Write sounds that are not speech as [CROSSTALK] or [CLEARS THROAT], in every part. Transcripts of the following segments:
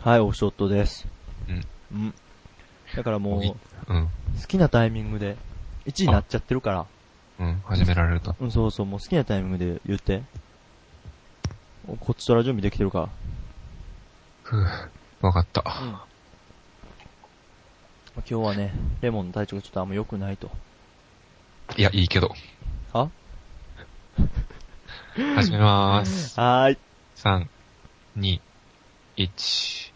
はい、オフショットです。うん。うん。だからもう、いうん。好きなタイミングで、1位になっちゃってるから。うん。始められると。うん、そうそう、もう好きなタイミングで言って。こっちとら準備できてるかふぅ。わかった。ら。うん。まあ今日はね、レモンの体調がちょっとあんま良くないと。いや、いいけど。は始めまーす。はーい。 3、2、1。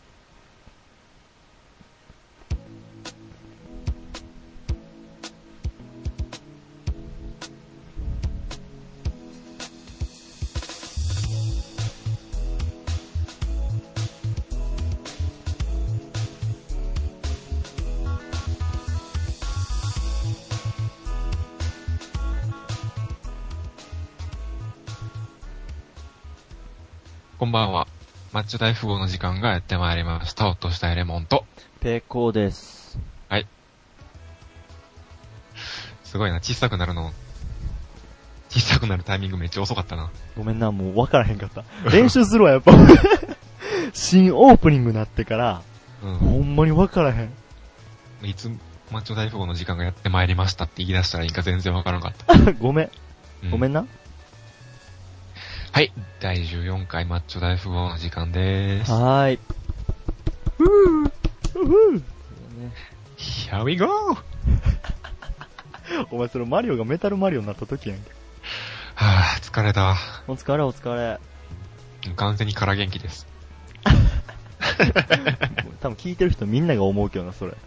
こんばんは。マッチョ大富豪の時間がやってまいりました。おっとしたいレモンと。ペコです。すごいな、小さくなるの。小さくなるタイミングめっちゃ遅かったな。ごめんな、もう分からへんか [LAUGHS] った。練習するわ、やっぱ。 [LAUGHS] 新オープニングになってから、うほんまに分からへん。 [LAUGHS] ん。いつ、マッチョ大富豪の時間がやってまいりましたって言い出したらいいか全然わからんかった。ごめん、ごめん。んな。はい。第14回マッチョ大富豪の時間でーす。はーい。 Here we go! お前それマリオがメタルマリオになった時やんけ。はぁ、疲れた。お疲れお疲れ。完全に空元気です。多分聞いてる人みんなが思うけどな、そ [LAUGHS] れ。か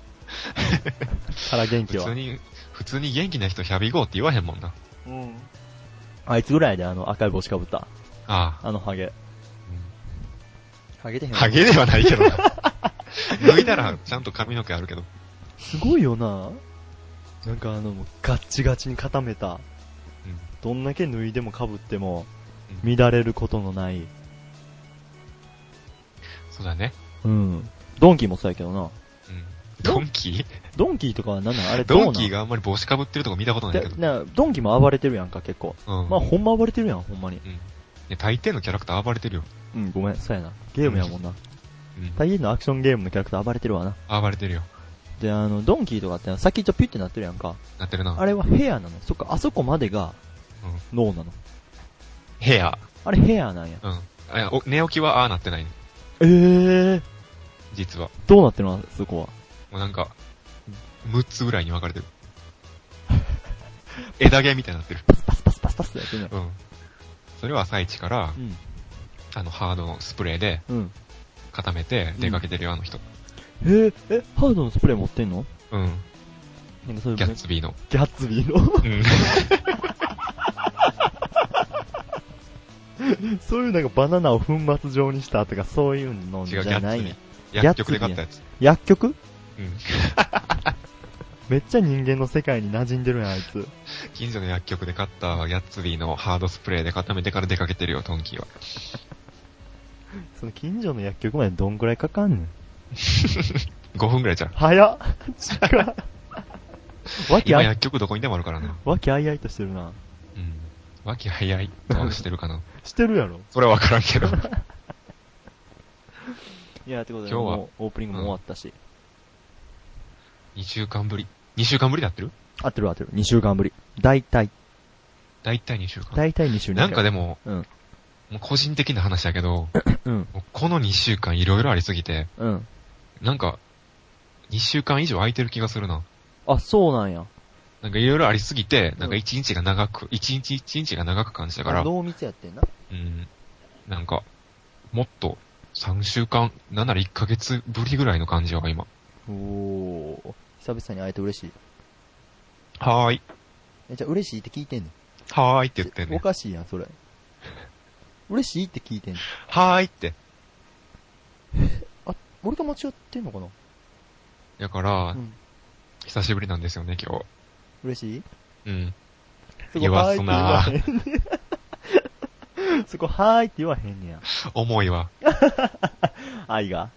ら元気普は通。に、普通に元気な人 Here we go って言わへんもんな。うん。あいつぐらいであの赤い帽子かぶった。ああ。あのハゲ。うんハゲてへハゲではない [LAUGHS] けどな。脱いだらちゃんと髪の毛あるけど。すごいよな。なんかあの、もうガッチガチに固めた。うんどんだけ脱いでもかぶっても、うん乱れることのない。そうだね。うん。ドンキーもそうやけどな。うん。ドンキードンキーとかはなんなんあれどうなドんンキーがあんまり帽子かぶってるとこ見たことないけでど。なドンキーも暴れてるやんか、結構。うん。まあ、ほんま暴れてるやん、ほんまに。うん。いや、大抵のキャラクター暴れてるよ。うん、ごめん、そうやな。ゲームやもんな。うん。大変のアクションゲームのキャラクター暴れてるわな。暴れてるよ。で、あの、ドンキーとかって先っちょピュってなってるやんか。なってるな。あれはヘアなの。そっか、あそこまでが脳なの。ヘア。あれヘアなんや。うん。あいやお寝起きはああなってないね。えー、実は。どうなってるのあそこは。もうなんか、6つぐらいに分 [LAUGHS] かれてる。枝毛みたいになってる。パスパスパスパスパスってやってるの。うん。それは朝一から、あの、ハードのスプレーでうん。うん。固めて出かけてるよ、あの人。えー、え、ハードのスプレー持ってんのうん。なんかそういうギャッツビーの。ギャッツビーの [LAUGHS] うん。そういうなんかバナナを粉末状にしたとかそういうのじ違う、ギゃャなッツいんビやー。。薬局で買ったやつ。薬局うん。めっちゃ人間の世界に馴染んでるやん、あいつ。近所の薬局で買ったギャッツビーのハードスプレーで固めてから出かけてるよ、トンキーは。 [LAUGHS] その近所の薬局までどんくらいかかんねん。 5分ぐらいじゃん。早っ近 [LAUGHS] っわき今あい、薬局どこにでもあるからな。わきあいあいとしてるな。うん。わき早いとはして [LAUGHS] るかな。してるやろ。それはわからんけど。いや、ってことで、今日はもうオープニングも終わったし。 2週間ぶり。2週間ぶりだってる合ってる合ってる。2週間ぶり。大体。だいたい2週間。大体2週になんかでも。うも、んもう個人的な話だけど、うん。もうこの2週間いろいろありすぎて、うん。なんか、2週間以上空いてる気がするな。あ、そうなんや。なんかいろいろありすぎて、なんか1日が長く、1日1日が長く感じたから、濃密やってんな。うん。なんか、もっと3週間、なんなら1ヶ月ぶりぐらいの感じは今。おー。久々に会えて嬉しい。はーい。え、じゃあ嬉しいって聞いてんのはーいって言ってんおね。かしいやん、それ。嬉しいって聞いてんのはーいって。俺と間違ってんのかなだから、うん。久しぶりなんですよね、今嬉しい日。うん。そ言わすなはーいって言わへんねやそこ、はーいって言わへんねや。重いわ。愛が。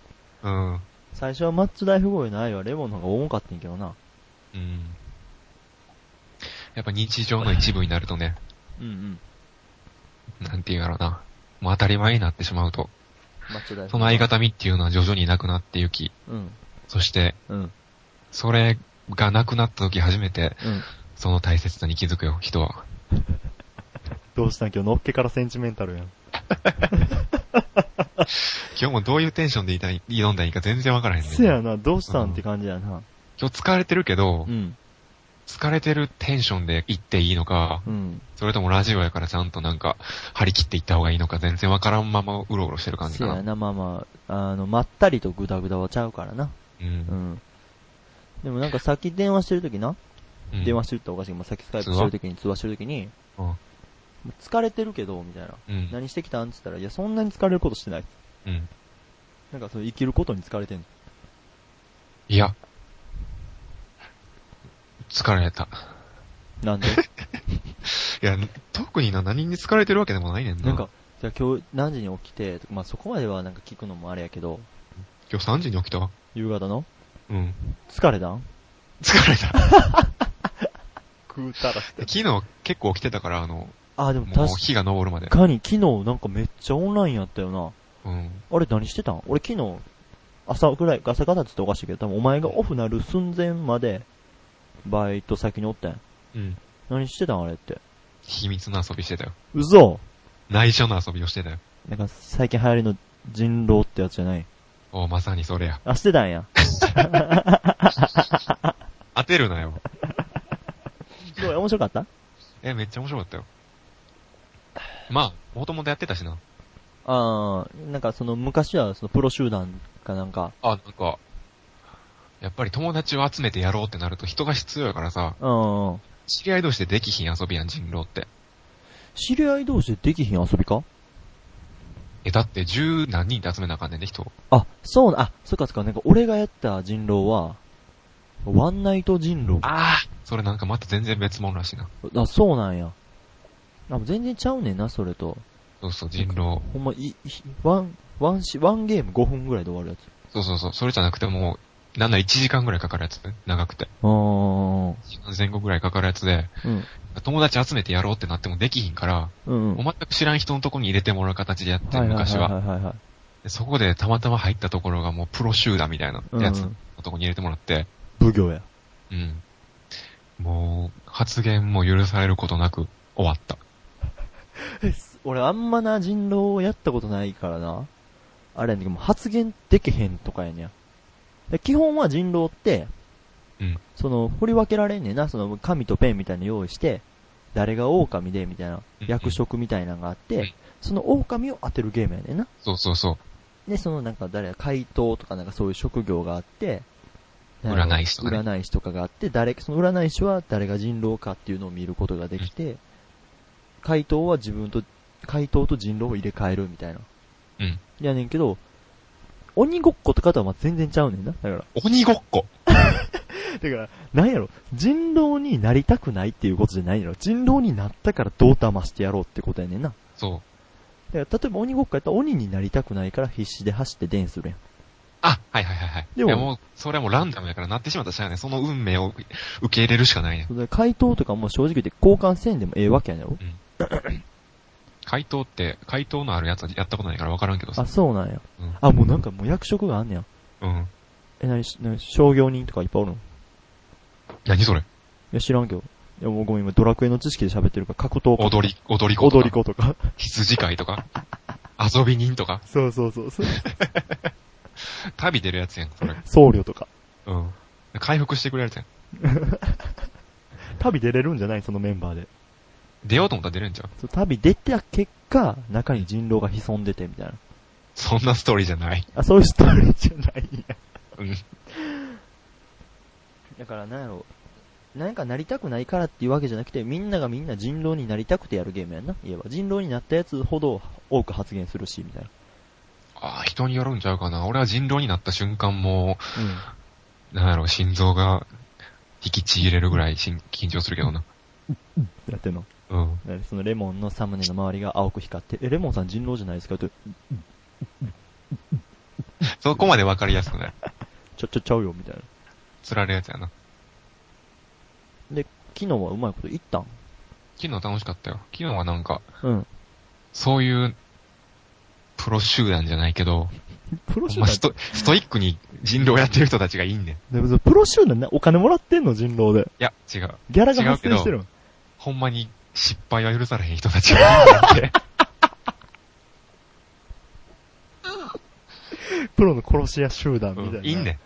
うん。最初はマッチョ大富豪への愛はレモンの方が重かったんやけどな。うん。やっぱ日常の一部になるとね、うんうん。なんて言うんだろうな。もう当たり前になってしまうと、マッチョ大その相。方みっていうのは徐々になくなってゆき、うん。そして、うん。うん。それがなくなった時初めて、その大切さに気づくよ、人は。どうしたん今日のっけからセンチメンタルやん。今日もどういうテンションでいたい挑んだらいいか全然わからへんねん。せやな、どうしたんって感じやな。今日疲れてるけど、うん。疲れてるテンションで行っていいのか、うん。それともラジオやからちゃんとなんか、張り切っていった方がいいのか全然わからんままうろうろしてる感じせかな。やな、まあまあ、あの、まったりとグダグダはちゃうからな。う。うんん。でもなんかさっき電話してるときな、うん電話してるっておかしいけど、まあさっきスカイプしてるときに通話してるときに、うん疲れてるけど、みたいな。うん。何してきたんって言ったら、いや、そんなに疲れることしてない。うん。なんかその生きることに疲れてんの。いや。疲れた。なんでいや、特にな、何に疲れてるわけでもないねんな。なんか、じゃあ今日何時に起きて、とかまあそこまではなんか聞くのもあれやけど、今日3時に起きた夕方のうん。疲れたん疲れた。 [LAUGHS] 食うたらし昨。日結構起きてたから、あの、あ、でももう確日が昇るまで。かに昨日なんかめっちゃオンラインやったよな。うん。あれ何してたん俺昨日、朝ぐらい、朝方って言っておかしいけど、多分お前がオフなる寸前まで、バイト先におったんやうん。何してたんあれって。秘密の遊びしてたよ。嘘内緒の遊びをしてたよ。なんか最近流行りの人狼ってやつじゃない。おまさにそれや。あ、してたん [LAUGHS] や。当てるなよ。どうや面白かったえ、めっちゃ面白かったよ。まあ、もともとやってたしな。あー、なんかその昔はそのプロ集団かなんか、あ、なんか、やっぱり友達を集めてやろうってなると人が必要やからさ、うんうん。知り合い同士でできひん遊びやん、人狼って。知り合い同士でできひん遊びかえ、だって十何人で集めなあかんねんね、人を。あ、そうな、あ、そっかそっか、なんか俺がやった人狼は、ワンナイト人狼。ああそれなんかまた全然別物らしいな。あ、そうなんや。あ、全然ちゃうねんな、それと。そうそう、人狼。ほんま、い、いワン、ワンし、ワンゲーム5分ぐらいで終わるやつ。そうそうそう、それじゃなくてもう、なんなら1時間ぐらいかかるやつ長くて。あー。前後ぐらいかかるやつで、うん。友達集めてやろうってなってもできひんから、うん、うん。もう全く知らん人のとこに入れてもらう形でやって、はいはい昔は。はいはいはい。でそこでたまたま入ったところがもうプロ集団みたいなうん、やつのとこに入れてもらって、奉行や。うん。もう、発言も許されることなく終わった。俺あんまな人狼をやったことないからな。あれやねんけど、もう発言できへんとかやねん。で基本は人狼って、うんその、振り分けられんねんな。その、紙とペンみたいなの用意して、誰が狼で、みたいな、役職みたいなのがあっうんて、その狼を当てるゲームやねんな。そうそうそで、そのなんか誰や、怪盗とかなんかそういう職業があって、占い師とかね占い師とかがあって、誰、その占い師は誰が人狼かっていうのを見ることができて、怪盗は自分と、怪盗と人狼を入れ替えるみたいな。うん。やねんけど、鬼ごっことかとはまあ全然ちゃうねんな。だから。う。鬼ごっこだから、なんやろ、人狼になりたくないっていうことじゃないやろ。人狼になったからどう騙してやろうってことやねんな。そう。だから、例えば鬼ごっこやったら鬼になりたくないから必死で走って電するやん。あ、はいはいはいはい。ででもも、もう、それはもうランダムやからなってしまったらしゃあない。その運命を受け入れるしかないね。それ回答とかも正直言って交換せんでもええわけやねんろ回答って、回答のあるやつはやったことないから分からんけどあ、さ。そうなんや。うんあ、もうなんかもう役職があんねや。うん。え、なに、なに商業人とかいっぱいおるのい何それや、知らんけど。いや、もうごめん、今ドラクエの知識で喋ってるから、格闘家。踊り、踊り子と踊りか、子とか。羊飼いとか、遊び人とか、 [LAUGHS] そうそうそうそう。旅出るやつやん、それ。僧侶とか。うん。回復してくれるやつやん。旅出れるんじゃないそのメンバーで。出ようと思ったら出れんじゃん。そう旅出た結果、中に人狼が潜んでてみたいな。そんなストーリーじゃない。あ、そういうストーリーじゃないんや。うん。だから、なんやろ。なんかなりたくないからっていうわけじゃなくて、みんながみんな人狼になりたくてやるゲームやんな。言えば。人狼になったやつほど多く発言するし、みたいな。ああ、人によるんちゃうかな。俺は人狼になった瞬間もうん。う、なんやろ、心臓が、引きちぎれるぐらいしん緊張するけどな。やってんの。うん。だからそのレモンのサムネの周りが青く光って、え、レモンさん人狼じゃないですかと、そこまで分かりやすくない。ちょ、ちょ、ちゃうよ、みたいな。釣られるやつやな。昨日はうまいこと言ったん昨日楽しかったよ。昨日はなんか、うん。そういう、ププロ集団じゃないけど、プロほん集ま団ストストイックに人狼やってる人たちがいいんねん。いでもプロ集団な、お金もらってんの人狼で。や、違う。ギャラが発生してるの。ほんまに失敗は許されへん人たちがいるんだって。プロの殺し屋集 [LAUGHS] 団みたいな。うんいいね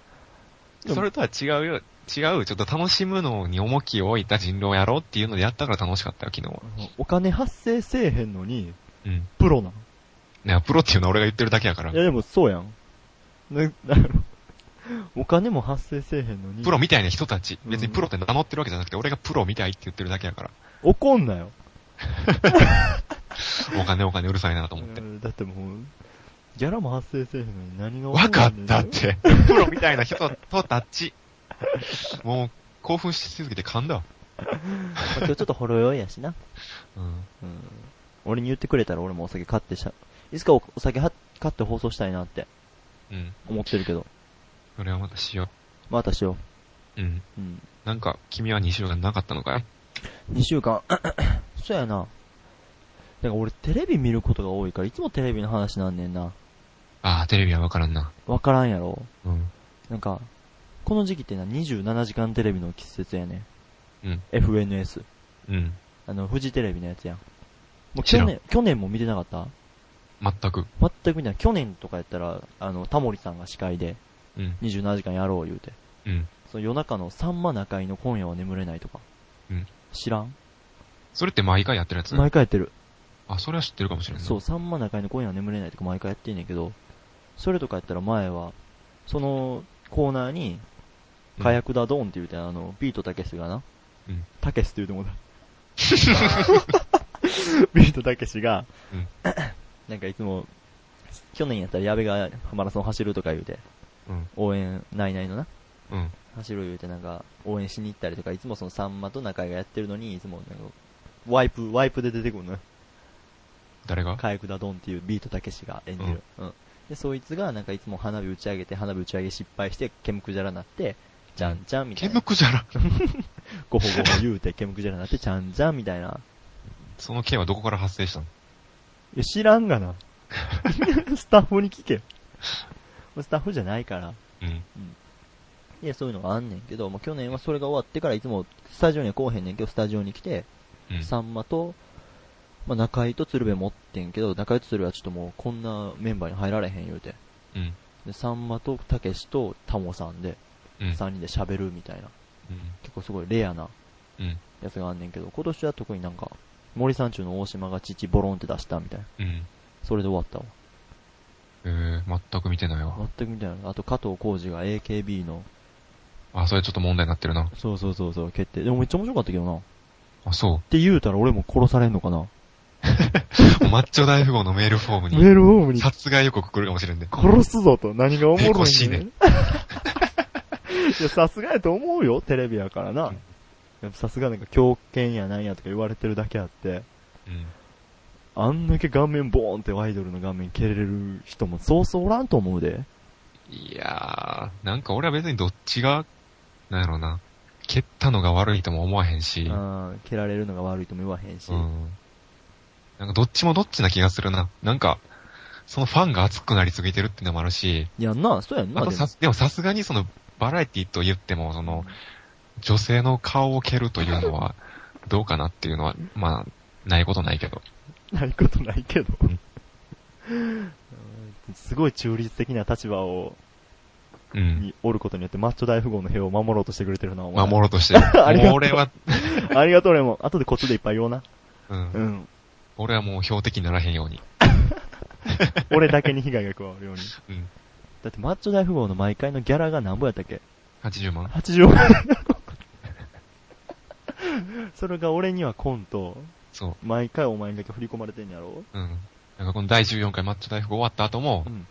でもん。それとは違うよ。違う、ちょっと楽しむのに重きを置いた人狼やろうっていうのでやったから楽しかったよ、昨日は。お金発生せえへんのに、うん。プロなん。ね、プロっていうのは俺が言ってるだけやからい。やでもそうやん。ね、なんやろお金も発生せえへんのに。プロみたいな人たち。別にうんプロって名乗ってるわけじゃなくて、俺がプロみたいって言ってるだけやから。怒んなよ。お金お金うるさいなと思ってう。んだってもう、ギャラも発生せえへんのに何がわかったっ。て。プロみたいな人とタッチ。もう、興奮しすぎて噛んだ。まあ今日ちょっとほろ酔いやしな。うん。うん。俺に言ってくれたら俺もお酒買ってしゃ、いつかおお酒は買って放送したいなってうん。思ってるけど。それはまたしよまたしよう。うん。う。うん。なんか、君は2週間なかったのかい2週間。 [CLEARS THROAT] そうやな。なんか俺テレビ見ることが多いから、いつもテレビの話なんねんな。ああ、テレビはわからんな。わからんやろ。うん。なんか、この時期ってな、27時間テレビの季節やね。うん。 FNS。うん。あの、フジテレビのやつやん。もう知去らん年、去年も見てなかった全く。全く見てない。去年とかやったら、あの、タモリさんが司会で、うん。 27時間やろう言うて。うん。その夜中のさんま中井の今夜は眠れないとか。うん知らんそれって毎回やってるやつ毎回やってる。あ、それは知ってるかもしれない。そう、さんま中井の今夜は眠れないとか毎回やってんねんけど、それとかやったら前は、そのコーナーに、うん火薬だドーンって言うて、あの、ビートたけしがなうん、たけしって言うて [LAUGHS] もうた。ビートたけしがうん、 [COUGHS] なんかいつも、去年やったら矢部がマラソン走るとか言うて、うん。応援、ないないのな、うん。走る言うてなんか、応援しに行ったりとか、いつもそのさんまと中居がやってるのに、いつもなんか、ワイプ、ワイプで出てくるのよ。誰が火薬だドンっていうビートたけしが演じる。うん。で、そいつがなんかいつも花火打ち上げて、花火打ち上げ失敗して、煙くじゃらなって、じゃんじゃんみたケいなム。クジャラ。ごほごほ言うて、煙くじゃらなって、じゃんじゃんみたいな。その K はどこから発生したのいや、知らんが [LAUGHS] な。スタッフに聞け。スタッフじゃないから。うん。いや、そういうのがあんねんけど、まあ、去年はそれが終わってからいつもスタジオには来おへんねんけど、スタジオに来て、うん。さんまと、まあ、中井と鶴瓶持ってんけど、中井と鶴瓶はちょっともうこんなメンバーに入られへん言うて。うん。で、さんまとたけしとタモさんで、うん。 3人で喋るみたいな。うん。結構すごいレアなうん。やつがあんねんけど、今年は特になんか、森三中の大島が父ボロンって出したみたいな。うん。それで終わったわ。えー、全く見てないわ。全くみたいな。あと加藤浩二が AKB の、あ、それちょっと問題になってるな。そうそうそうそう、決定。でもめっちゃ面白かったけどな。っあ、そて言うたら俺も殺されんのかな。 [LAUGHS] う。マッチョ大富豪のメールフォームメに、ールホームに殺害予告来るかもしれんで。殺すぞと、何がおもろいペコしいねいや、さすがやと思うよ、テレビやからな。やっぱさすがなんか狂犬やなんやとか言われてるだけあって、うん。あんだけ顔面ボーンってアイドルの顔面蹴れる人もそうそうおらんと思うで。いやー、なんか俺は別にどっちが、なんやろうな、蹴ったのが悪いとも思わへんし、あー蹴られるのが悪いとも言わへんし。うん。なんかどっちもどっちな気がするな。なんか、そのファンが熱くなりすぎてるってのもあるし、いやんな、そうやんな、あとでもさ、でもさすがにその、バラエティと言っても、その、女性の顔を蹴るというの [LAUGHS] は、どうかなっていうのは、まあ、ないことないけど。ないことないけどうん [LAUGHS] すごい中立的な立場を、うん。におることによってマッチョ大富豪の兵を守ろうとしてくれてるな、お前。守ろうとしてる。 [LAUGHS] ありがとうもう俺は、 [LAUGHS] ありがとう、俺も。後でこっちでいっぱい言おうな。う。うんん。俺はもう標的にならへんように。俺だけに被害が加わるように。うん。だってマッチョ大富豪の毎回のギャラが何ぼやったっけ80万 ?80 万。 [LAUGHS] それが俺にはコント、そ毎回お前にだけ振り込まれてんやろう。うん。なんかこの第14回マッチョ大富豪終わった後も、ん。も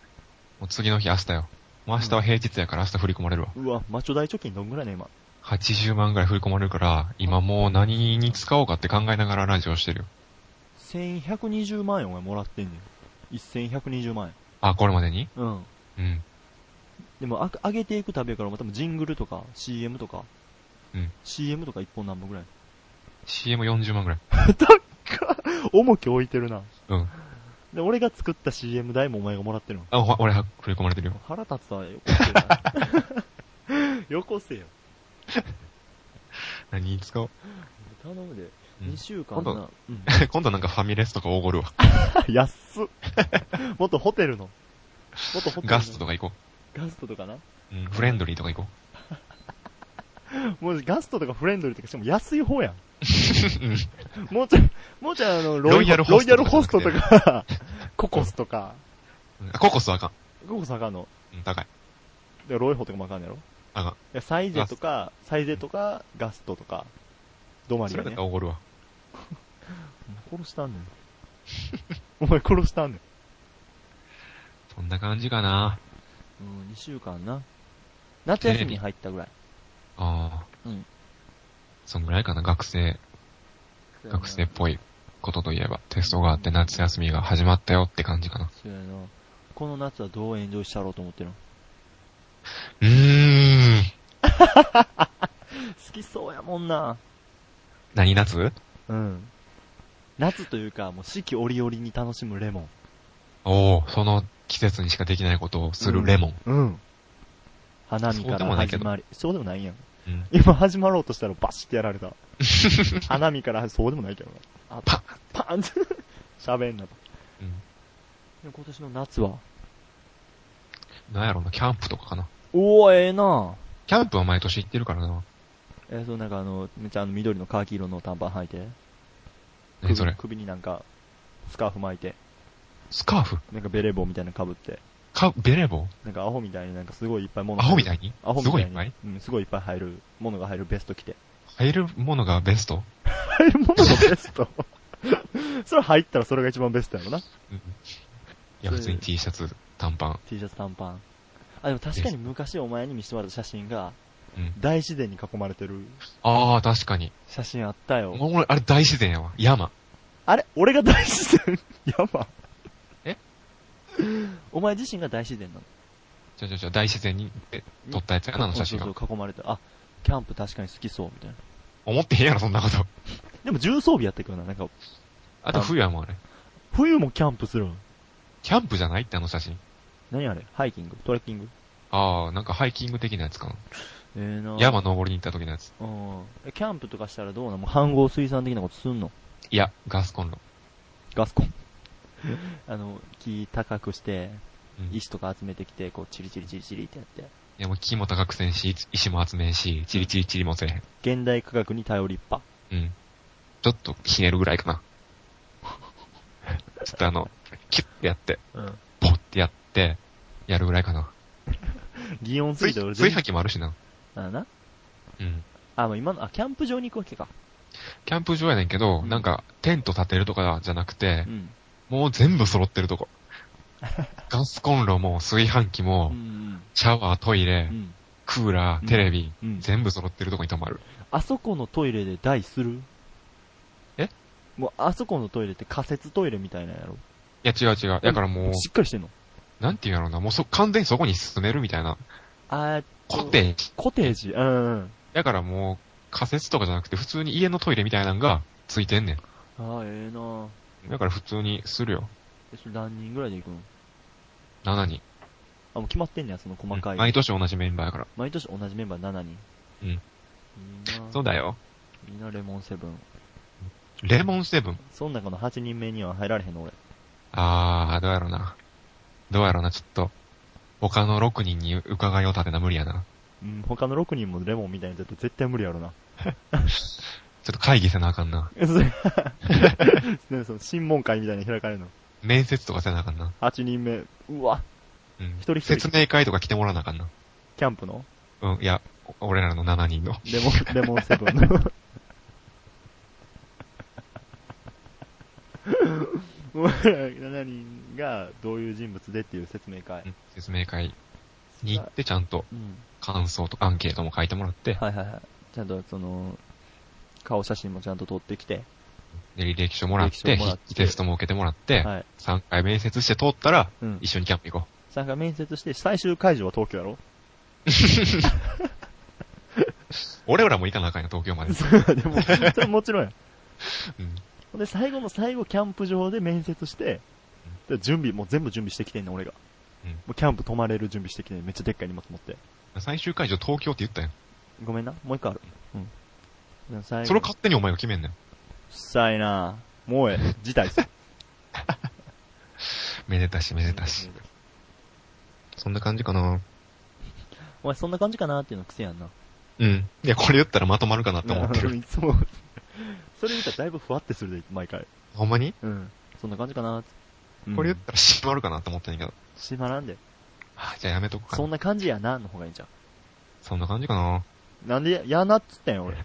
う次の日明日よ。もう明日は平日やから明日振り込まれるわ。うわ、マッチョ大貯金どんぐらいね、今。 80万ぐらい振り込まれるから、今もう何に使おうかって考えながらラジオしてるよ。 1120万円お前もらってんねん。1120万円。あ、これまでにうん。うん。でも、あ上げていくたびやから、まあ多分ジングルとか、CM とか。うん。 CM とか一本何本ぐらい CM40 万ぐらい。重き置いてるな。うん。で、俺が作った CM 代もお前がもらってるの。あ、ほ俺は振り込まれてるよ。腹立つわ、よこせ [LAUGHS] よ。よこせよ。何に使おう、頼むで。う2ん週間今な。うん [LAUGHS] 今度なんかファミレスとかおごるわ。 [LAUGHS] 安っ。 [LAUGHS] もっとホテルの。もっとホテルの。ガストとか行こガストとかな。う。うん、フレンドリーとか行こもうガストとかフレンドリーとかしても安い方やん。う。うんもうちょい、もうちょいあの、ロイヤルホロイストとかヤルホストとか、ココスとか、うん。ココスはあかん。ココスあかんの。うん、高い。でロイホとかもあかんやろ。あかん。いやサイゼとか、サイゼとか、ガストとか、ドマリそがれねだっ。たらおごるわ。殺したんねん。 [LAUGHS] お前殺したんねそんな感じかな。ん。うん、2週間な。夏休みに入ったぐらい。ああ。うん。そんぐらいかな、学生、学生っぽいことといえば、テストがあって夏休みが始まったよって感じかな。そうやな。この夏はどう炎上しちゃろうと思ってるのうーん。好きそうやもんな。何夏うん。夏というか、もう四季折々に楽しむレモン。おおその季節にしかできないことをするレモン。うん。花見そかうでらもないけ始どまり。そうでもないやん。うん。今始まろうとしたらバシってやられ [LAUGHS] た。花見から、そうでもないけどな。あパンパンって [LAUGHS] 喋んなと。うん。でも今年の夏は。なんやろな、キャンプとかかな。おおええなキャンプは毎年行ってるからな。えーそうなんかあの、めっちゃあの緑のカーキ色の短パン履いて。何それ首首になんか、スカーフ巻いて。スカーフなんかベレー帽みたいなの被って。か、ベレー帽なんかアホみたいになんかすごいいっぱい物アホみいたいにアホみすたいごにいいっぱいうん、すごいいっぱい入る、物が入るベスト着て。 [LAUGHS] 入るものがベスト入るものがベスト [LAUGHS] それ入ったらそれが一番ベストやろな。うん。いや、それ普通に T シャツ、短パン。 T シャツ短パン。あ、でも確かに昔お前に見せてもらった写真が、うん。大自然に囲まれてるああ、確かに。写真あったよ。俺、あれ大自然やわ。山。あれ俺が大自然 [LAUGHS] やば。えお前自身が大自然なのちょちょちょ、大自然にえ撮ったやつやな、あの写真がそう。そう、囲まれて。あ、キャンプ確かに好きそう、みたいな。思ってへんやろ、そんなこと。でも重装備やってくるな、なんか、あと冬やもん、あれ。冬もキャンプするん。キャンプじゃないってあの写真。何あれハイキングトレッキングああ、なんかハイキング的なやつかな。ええな山登りに行った時のやつ。うん。えキャンプとかしたらどうなのもう飯合水産的なことすんのいや、ガスコンロ。ガスコン。あの、木高くして、うん、い石とか集めてきて、こう、チリチリチリチリってやって。や、もう木も高くせんし、石も集めんし、チリチリチリもせえ現代科学に頼りっぱ。へん。うん。ちょっとひねるぐらいかな。 [LAUGHS] ちょっとあの、キュッてやって、うん。ポッてやって、やるぐらいかな。擬音す炊ぎて俺炊然飯器もあるしな。あな。うん。あ、もう今の、あ、キャンプ場に行くわけか。キャンプ場やねんけど、うんなんか、テント建てるとかじゃなくてう、ん。もう全部揃って [LAUGHS] るとこ。ガスコンロも、炊飯器うも、ん。シャワー、トイレう、ん。クーラうんー、テレビ、うん。全部揃ってるとこに泊まる。あそこのトイレで台するえもう、あそこのトイレって仮設トイレみたいなんやろいや、違う違う。だからもう、しっかりしてんのなんていうんやろうな、もうそ、完全にそこに進めるみたいな。あーコテージ。コテージうんうん。だからもう、仮設とかじゃなくて、普通に家のトイレみたいなのがついてんね。あーええなんだから普通にするよ。えそれ何人ぐらいで行くの7人。あ、もう決まってんねや、その細かい。毎年同じメンバーやから。毎年同じメンバー7人。うんいいそうなだよ。いいな、レモンセブン。レモンセブン。そん中の8人目には入られへんの、俺。あー、どうやろうな。どうやろうな、ちょっと。他の6人に伺いを立てな無理やな。うん、他の6人もレモンみたいにやって絶対無理やろ [LAUGHS] な。 [LAUGHS] ちょっと会議せなあかんな。え、それねその、審問会みたいに開かれるの。面接とかせなあかんな。 8人目、うわ、うん。一人一人説明会とか来てもらわなあかんな。キャンプのうん、いや、お俺らの7人の。レモ [LAUGHS] ン、レモンセブン [LAUGHS] の。俺ら7人がどういう人物でっていう説明会う。ん説明会に行ってちゃんとうん。感想とかアンケートも書いてもらって、はいはいはい。ちゃんと、その、顔写真もちゃんと撮ってきて、で履歴書もらっ履歴て、書もらっ筆て記テストも受けてもらって、はい。 3回面接して通ったら、うん。一緒にキャンプ行こ参加面接して、最終会場は東京やろう。俺らも行かなあかんよ、東京まで。でも、それもちろんや。うんほんで、最後の最後、キャンプ場で面接して、で準備、もう全部準備してきてんねん、俺が。うんもうキャンプ泊まれる準備してきてんねん。めっちゃでっかい荷物持って。最終会場東京って言ったやん。ごめんな、もう一個ある。うん。最後それを勝手にお前が決めんねん。うっさいなもうええ、辞 [LAUGHS] 退する。めでたしめでたし。そんな感じかな。お前そんな感じかなっていうの癖やんな。うん。いや、これ言ったらまとまるかなって思って [LAUGHS] る。いつも。それ言ったらだいぶふわってするで、毎回。ほんまにうん。そんな感じかなって。うんこれ言ったら閉まるかなって思ってんねんけど。閉まらんで。はあじゃあやめとくかそな。んな感じやな、の方がいいんじゃそんな感じかな。ん。なんで、やなっつったんや、俺。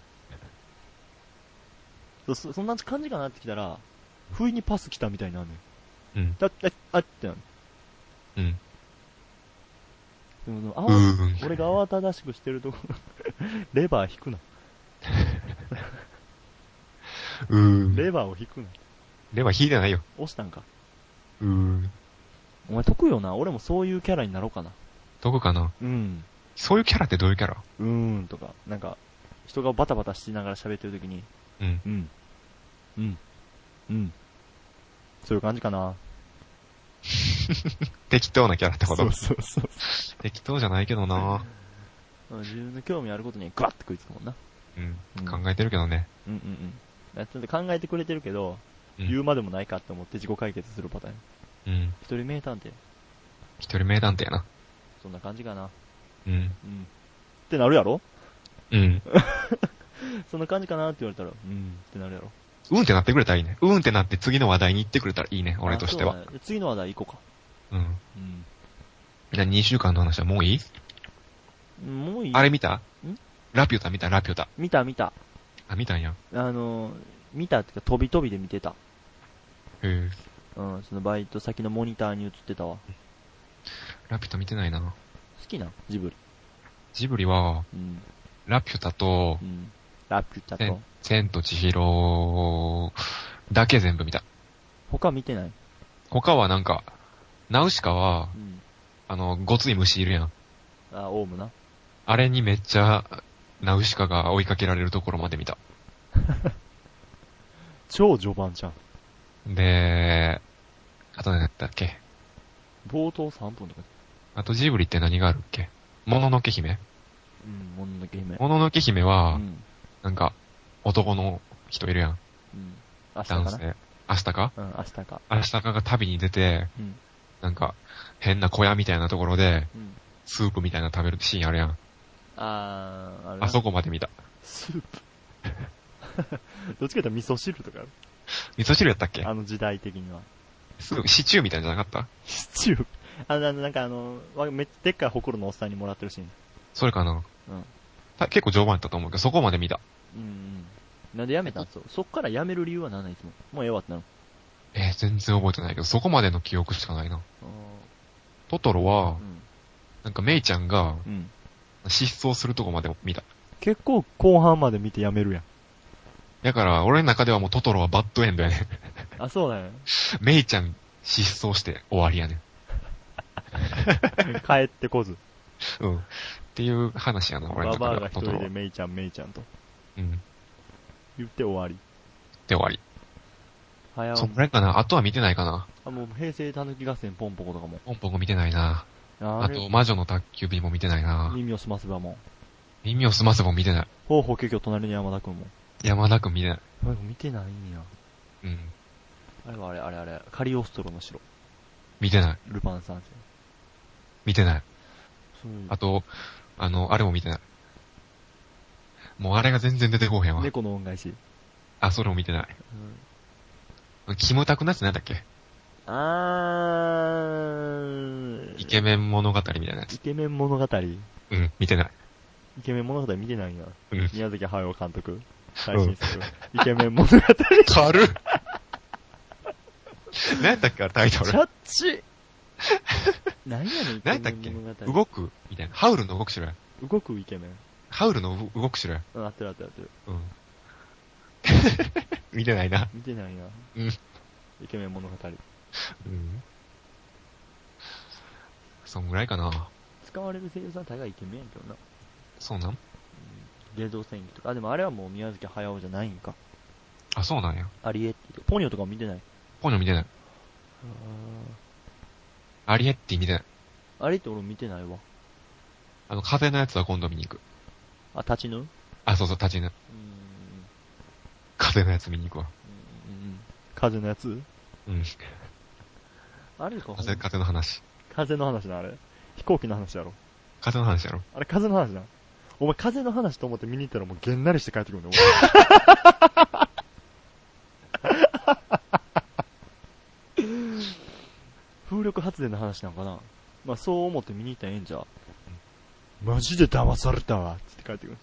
そ、そそんな感じかなってきたら、不意にパス来たみたいになるねうん。だ、だ、あってなる。うん。でも、うあわ、ーん。俺が慌ただしくしてるとこ、 [LAUGHS] レバー引くな。うーん。レバーを引くな。レバー引いてないよ。押したんか。うーん。お前得よな。俺もそういうキャラになろうかな。どこかなうん。そういうキャラってどういうキャラうーんとか、なんか、人がバタバタしながら喋ってる時に、うん。うん。うん。うん。そういう感じかな。適当なキャラってことそうそう適当じゃないけどな。そう。 [LAUGHS] 自分の興味あることにガッて食いつくもんな。うん。うん考えてるけどね。うんうんうん。だって考えてくれてるけど、うん言うまでもないかって思って自己解決するパターン。うん。一人名探偵、一人名探偵やな。そんな感じかな。うん。うん。ってなるやろうん。そんな感じかなって言われたら、うん。ってなるやろ。うんってなってくれたらいいね。うんってなって次の話題に行ってくれたらいいね。俺としてあ。は。そうだね次の話題行こうか。うん。うん。じゃあ2週間の話はもういいもういいあれ見たんラピュタ見たラピュタ。見た見た。あ、見たんや。あの、見たっていうか、飛び飛びで見てた。へえ。うん、そのバイト先のモニターに映ってたわ。ラピュタ見てないな。好きなんジブリ。ジブリは、うん。ラピュタとう、ん。ラピュタえと。千と千尋だけ全部見た。他見てない。他はなんか、ナウシカはう、ん。あの、ごつい虫いるやん。あ、オウムな。あれにめっちゃ、ナウシカが追いかけられるところまで見た。超序盤じゃん。で、あと何やったっけ冒頭3分とか。あとジブリって何があるっけもののけ姫うん、もののけ姫。もののけ姫うは、ん。なんか、男の人いるやん。うん。明日か男な性。アスタカうん、明日か。アスタカが旅に出て、うん。なんか、変な小屋みたいなところで、うん。スープみたいなの食べるシーンあるやん。あー、あれなあそこまで見た。スープ。 [LAUGHS] どっちかというと味噌汁とかある味噌汁やったっけあの時代的には。スープ、シチューみたいじゃなかったシチュー。あの、あのなんかあの、わめっちゃでっかいホクロのおっさんにもらってるシーン。それかなうんた結構常盤やったと思うけど、そこまで見た。うんうん。なんで辞めたんすよ。そっから辞める理由は何なんいつも。もうええわってなる。えー全然覚えてないけど、そこまでの記憶しかないな。うトトロは、ん。なんかメイちゃんがうん。失踪するとこまで見た。結構後半まで見て辞めるやん。だから、俺の中ではもうトトロはバッドエンドやねん。あ、そうだよ。 [LAUGHS] メイちゃん失踪して終わりやねん。帰ってこず。うん。っていう話やな、俺のババ中アでがは一トト人ロは。でうん。メイちゃんメイちゃんと言って終わり。で終わり。早そ尾んぐらいかな。あとは見てないかな。あ、もう平成たぬき合戦ポンポコとかも。ポンポコ見てないな。ああれと、魔女の宅急便も見てないな。耳をすませばもう。耳をすませば見てない。ほうほう結局隣に山田くんも。山田くん見てない。あれ見てないんや。うん。あれはあれあれあれ。カリオストロの城。見てない。ルパン三世。見てない。そういうあと、あの、あれも見てない。もうあれが全然出てこうへんわ。猫の恩返し。あ、それも見てない。キムタクのやつなんだっけうん、あー。イケメン物語みたいなやイつ。ケメン物語。イうん、見てない。ケメン物語見てないんや。うん。宮崎駿監督。最新作。イケメン [LAUGHS] 物語。キ軽っ何やったっけあれタイトル。ャッ [LAUGHS] チ何やねん、イ何ケやったメっけン物語。動くみたいな。ハウルの動くしろや。動くイケメン。ハウルの動動くしろや。うん、合ってる合ってる合ってる。 [LAUGHS] うん。見てないな。見てないな。うんイケメン物語。うん。そんぐらいかな。使われる声優さん大概イケメンやけどな。そうなん芸道戦記とか。あ、でもあれはもう宮崎駿じゃないんか。あ、そうなんや。アリエッティとか。ポニョとかも見てない。ポニョ見てない。うアリエッティ見てない。あれって俺見てないわ。あの、風のやつは今度見に行く。あ、立ちぬうん。あ、そうそう、立ちぬ。風のやつ見に行くわ。うん風のやつうん。あれか、ほん風、風の話。風の話な、あれ。飛行機の話やろ。風の話やろ。あれ、風の話な。お前、風の話と思って見に行ったらもうげんなりして帰ってくるんだよ、俺 [LAUGHS] 風力発電の話なんかなまあ、そう思って見に行ったらええんじゃう。マジで騙されたわ、つって帰ってくる。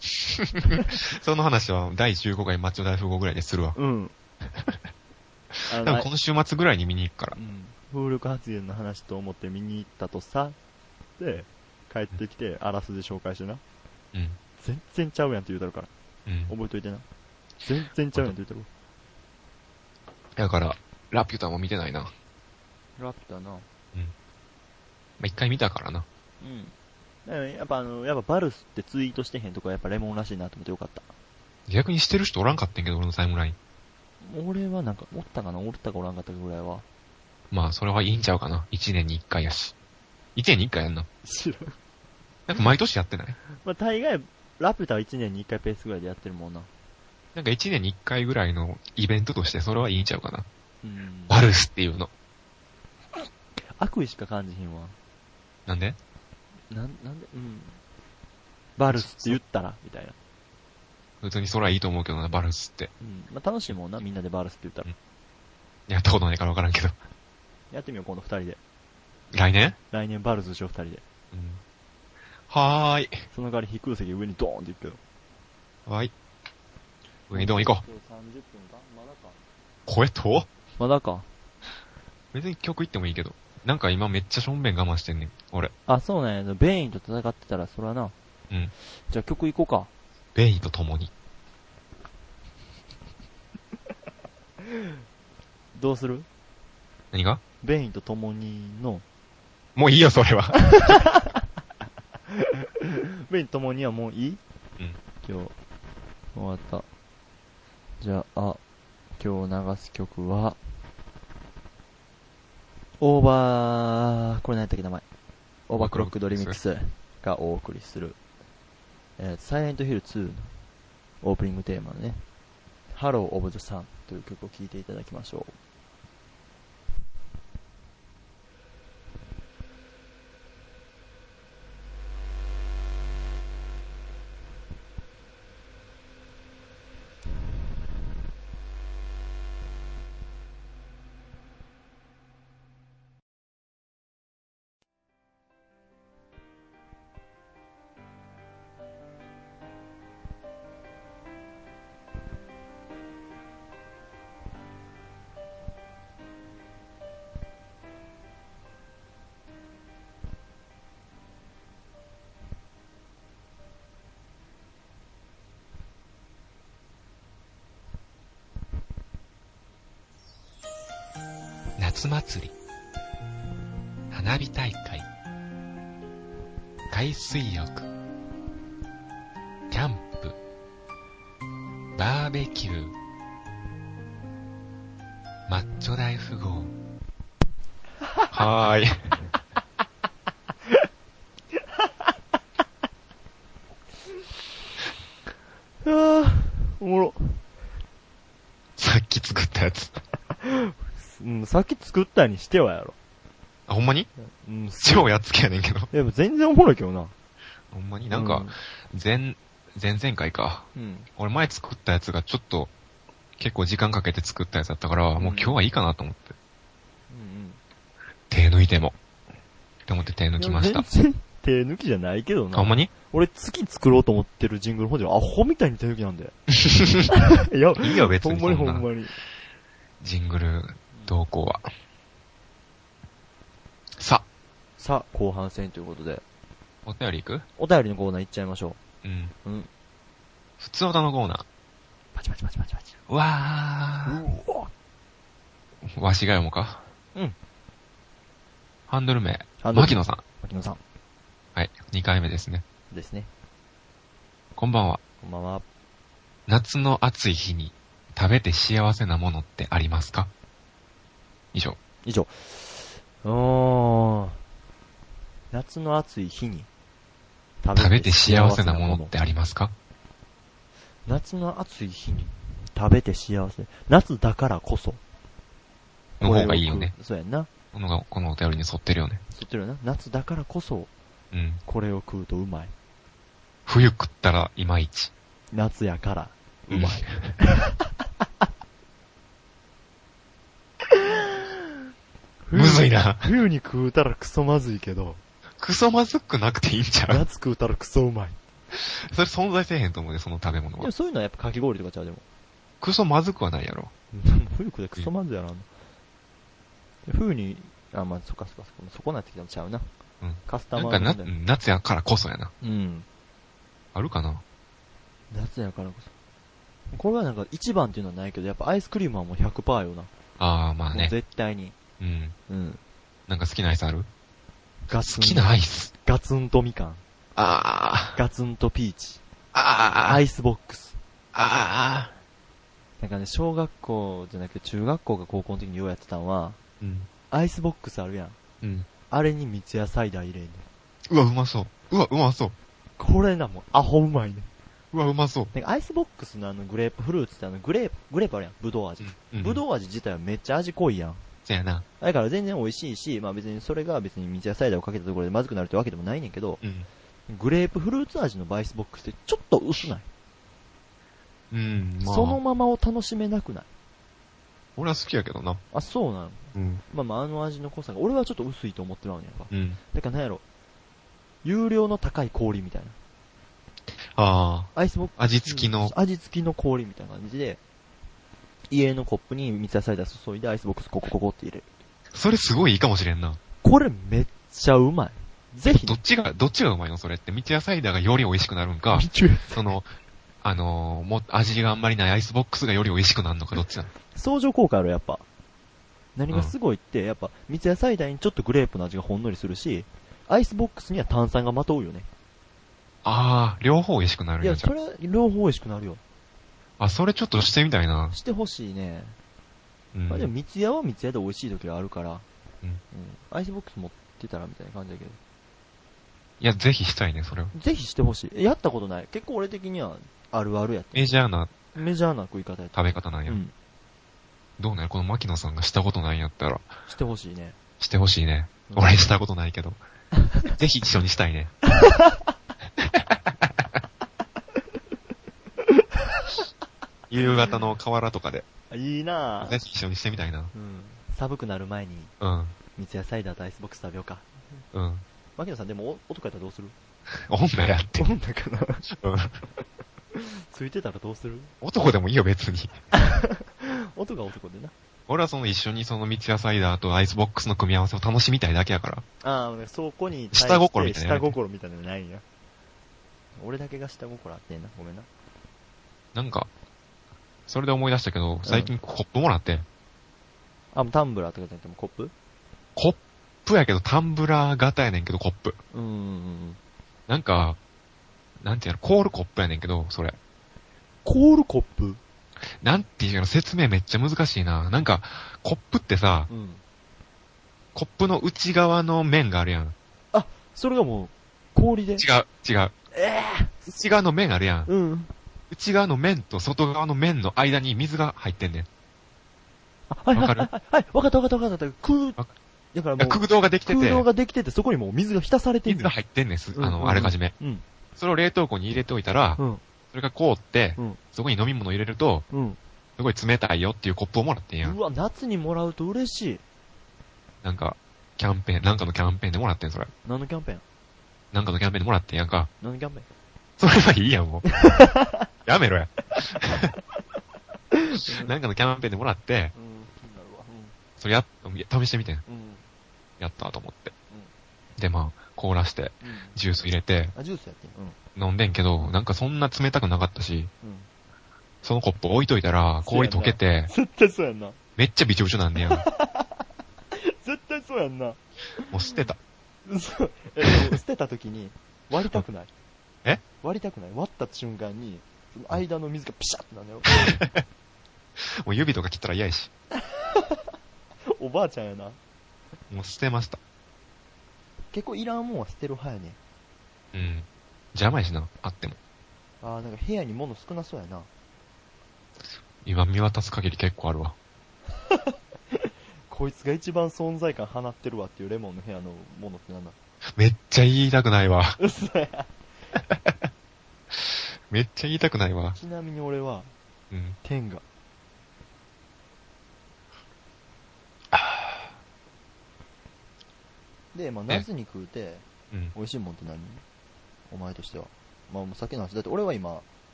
その話は第15回マッチョ大富豪ぐらいでするわ。 [LAUGHS] うん。あ多の分この週末ぐらいに見に行くからう。ん、風力発電の話と思って見に行ったとさ、で、帰ってきて、あらすじ紹介してな。うん。全然ちゃうやんって言うたるから。うん。覚えといてな。全然ちゃうやんって言うたるわ。だから、ラピュタも見てないな。まラピュタな。あ、一回見たからな。うん。だからやっぱあの、やっぱバルスってツイートしてへんとかやっぱレモンらしいなと思ってよかった。逆にしてる人おらんかったんやけど、俺のタイムライン。俺はなんか、おったかなおったかおらんかったかぐらいは。まあ、それはいいんちゃうかな。一年に一回やし。一年に一回やんな。知らん。なんか毎年やってないまあ、大概、ラピュタは1年に1回ペースぐらいでやってるもんな。なんか一年に一回ぐらいのイベントとしてそれはいいんちゃうかな。うん。バルスっていうの。悪意しか感じひんわ。なんでなん、なんで、うん。バルスって言ったら、みたいな。普通にそれはいいと思うけどな、バルスって。うん。まあ、楽しいもんな、みんなでバルスって言ったら。やったことないからわからんけど。やってみよう、今度二人で。来年来年バルスしよう、二人で。うん。はーい。その代わり飛空席上にドーンって行くけど。はい。上にどん行こう。今日30分かまだか。声とまだか。別に曲行ってもいいけど。なんか今めっちゃしょんべん我慢してんねん。俺。あ、そうなんや。ベインと戦ってたら、そらな。うん。じゃあ曲行こうか。ベインと共に。どうする何がベインと共にの、もういいよ、それは。ベインと共にはもういいうん。今日、終わった。じゃあ、今日流す曲は、オーバー、これ何やったっけ名前。オーバークロックドリミックスがお送りする、えーサイレントヒル2のオープニングテーマのね、ハロー・オブ・ザ・サンという曲を聴いていただきましょう。夏祭り。花火大会。海水浴。キャンプ。バーベキュー。マッチョ大富豪。はーい。あー、おもろ。さっき作ったやつ。うん、さっき作ったにしてはやろ。あ、ほんまにうん、超やっつけやねんけど。でも全然おもろいけどな。ほんまになんか、前、前々回か。うん、うん。俺前作ったやつがちょっと、結構時間かけて作ったやつだったから、んもう今日はいいかなと思って。うん手抜いても。と思って手う抜ん。きました。全然手抜きじゃないけどあほんな。まに俺次作ろうと思ってるジングル本ではアホみたいに手抜きなんで。 [LAUGHS] いや、いいよ別ほにんまにそほんなんまに。ジングル動向は。さ、さあ、後半戦ということで、お便り行くお便りのコーナー行っちゃいましょうん。う。うん。普通歌のコーナパチパチパチパチパチ。ー。わうおー。わしが読もうか。うん。ハンドル名。あ牧野さん。牧野さんはい。2回目ですね。ですね。こんばんは。こんばんは。夏の暑い日に食べて幸せなものってありますか以上。以上。うーん。夏の暑い日に食べて幸せなものってありますか夏の暑い日に食べて幸せ。夏だからこそ。の方がいいよねこれを食う。そうやんな。この、このお便りに沿ってるよね。そってるよな。夏だからこそ、うん。これを食うとうまい。冬食ったらいまいち。夏やから、うまい。 [LAUGHS] むずいな。冬に食うたらクソまずいけど、クソまずくなくていいんちゃ [LAUGHS] う夏食うたらクソうまい。それ存在せえへんと思うで、その食べ物ではも。そういうのはやっぱかき氷とかちゃうでも。クソまずくはないやろ。 [LAUGHS] 冬食うたらクソまずいやな。で冬に、あ、まあ、そっかそっかそっか。そこなってきたのちゃうな。うんカスタなんマかーな、のうねん夏やからこそやな。うん。あるかな夏やからこそ。これはなんか一番っていうのはないけど、やっぱアイスクリームはもう100%よな。ああ、まあもうね。絶対に。うん。うん。なんか好きなアイスあるガツン。好きなアイス。ガツンとみかん。あガツンとピーチ。あ、あアあ、イスボックス。ああ、なんかね、小学校じゃなくて中学校か高校の時にようやってたんは、うん。アイスボックスあるやん。うん。あれに三ツ矢サイダー入れんねんうわ、うまそう。うわ、うまそう。これな、もうアホうまいねん。うわ、うまそう。なんかアイスボックスのあのグレープフルーツってあのグレープ、グレープあるやん。ぶどう味。うん。ぶうんどう味自体はめっちゃ味濃いやん。そやな。だから全然美味しいし、まあ別にそれが別に三ツ矢サイダーをかけたところでまずくなるってわけでもないねんけど、うん。グレープフルーツ味のバイスボックスってちょっと薄ない。うん、まあ。そのままを楽しめなくない。俺は好きやけどな。あ、そうなのうん。まあまああの味の濃さが、俺はちょっと薄いと思ってまうんやんか。うん。だからなんやろ、有料の高い氷みたいな。あアイスボックあ、味ス。付きの、味付きの氷みたいな感じで、家のコップに三ツ矢サイダー注いでアイスボックスココココって入れる。それすごいいいかもしれんな。これめっちゃうまい。ぜひど、っちが、どっちがうまいのそれって。道屋サイダーがより美味しくなるんか、その、あのー、もう味があんまりないアイスボックスがより美味しくなるのか、どっちなの相乗効果あるやっぱ。何がすごいって、やっぱ、三ツ矢サイダーにちょっとグレープの味がほんのりするし、アイスボックスには炭酸がまとうよね。あー、両方美味しくなるいやや、んじゃそんれは両方美味しくなるよ。あ、それちょっとしてみたいな。してほしいね。うんまあでも三ツ矢は三ツ矢で美味しい時があるから、うんアイスボックス持ってたらみたいな感じだけど。いや、ぜひしたいね、それは。ぜひしてほしい。えやったことない。結構俺的にはあるあるやって。メジャーなメジャーな食い方やって。食べ方なんうや。ん。どうなんやこの牧野さんがしたことないんやったら、してほしいね。してほしいね。うん俺したことないけ [LAUGHS] ど。ぜひ一緒にしたいね。夕方の河原とかで、あいいなぜぁ。ひ一緒にしてみたいな。うん。寒くなる前に、うん。三ツ矢サイダーとアイスボックス食べようか。うん。牧野さんでもお男やったらどうする女やって。女かなうんついてたらどうする男でもいいよ、別に。男が男でな。俺はその一緒にその三ツ矢サイダーとアイスボックスの組み合わせを楽しみたいだけやから。ああ、そこに対して下心みたいなのや下めて心みたいなのないんや。俺だけが下心あってんな。ごめんな。なんか、それで思い出したけど、最近コップもらって、あ、もうタンブラーとかじゃなくてもコップコップやけどタンブラー型やねんけど、コップ。うーん。なんか、なんていうの、コールコップやねんけど、それ。コールコップなんていうの、説明めっちゃ難しいな。なんか、コップってさ、うん。コップの内側の面があるやん。それがもう、氷で。違う、違う。内側の面あるやん。うん。内側の面と外側の面の間に水が入ってんねん。あはいはいわかはるいはい。わかったわかったわかった。空わ、だからもう、空洞ができて空洞て、ができてて、そこにもう水が浸されてん水ねがん入ってんねん、すうんあうんうの、んあらかじめ。うん。それを冷凍庫に入れておいたらう、ん。それが凍ってうん、そこに飲み物入れると、うん。すごい冷たいよっていうコップをもらってんやんう。わ、夏にもらうと嬉しい。なんか、キャンペーン、なんかのキャンペーンでもらってん、それ。何のキャンペーンなんかのキャンペーンでもらってんやんか。何のキャンペーンそれはいいや [LAUGHS] ん、もう。やめろや。なんかのキャンペーンでもらって、うん、気になるわ。うそれや、試してみてん。ん。うん。やったと思って。で、まあ、凍らして、うん。ジュース入れて、あ、ジュースやってん。飲んでんけど、なんかそんな冷たくなかったし、うん。うん。そのコップ置いといたら、氷溶けて、絶対そうやんな。めっちゃびちょびちょなんねや [LAUGHS] ん。絶対そうやんな。もう捨てた。嘘え、でも [LAUGHS] 捨てた時に、割りたくない。え割りたくない。割った瞬間に、その間の [LAUGHS] 水がピシャってなるのよ。もう指とか切ったら嫌やし。おばあちゃんやな。もう捨てました。結構いらんもんは捨てる派やね。うん。邪魔やしな、あっても。あーなんか部屋に物少なそうやな。今見渡す限り結構あるわ。こいつが一番存在感放ってるわっていうレモンの部屋のもの [LAUGHS] ってなんだめっちゃ言いたくないわ。 [LAUGHS] 嘘や。めっちゃ言いたくないわ。ちなみに俺は、うん。天が。で、まあ、えナスに食うて、うん。美味しいもんって何お前としては。まあ、もう酒の話。だって俺は今、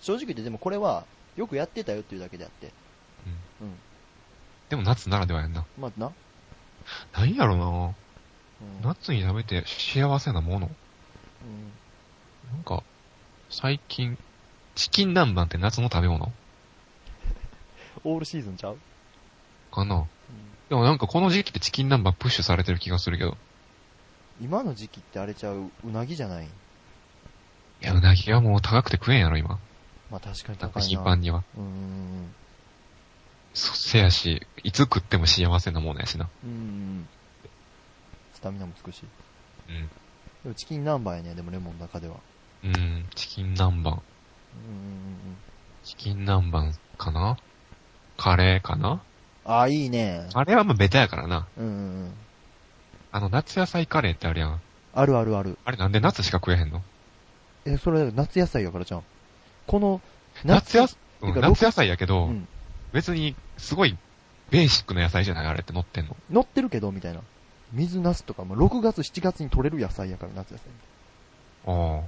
正直言ってでもこれは、よくやってたよっていうだけであって。うん。でも夏ならではやんな。まあ、な。なんやろなうん。夏に食べて幸せなもの。うんなんか、最近、チキン南蛮って夏の食べ物オールシーズンちゃう、かなでもなんかこの時期ってチキン南蛮プッシュされてる気がするけど。今の時期ってあれちゃう、うなぎじゃないいや、うなぎはもう高くて食えんやろ、今。まあ、確かになんか高い頻な。繁には。うーん。そ、せやし、いつ食っても幸せなものやしな。うーん。スタミナもつくし。うん。でもチキン南蛮やね、でもレモンの中では。うん、チキン南うんう蛮。んうんうん。チキン南蛮かなカレーかなあ、いいね。あれはまあベタやからな。うんうんうん。あの、夏野菜カレーってあるやん。あるあるある。あれなんで夏しか食えへんのえ、それ夏野菜やからじゃん。この、夏野、てうんか夏野菜やけど、うん。別に、すごい、ベーシックな野菜じゃないあれって乗ってんの。乗ってるけど、みたいな。水ナスとか、まあ、6月、7月に取れる野菜やから、夏野菜。あ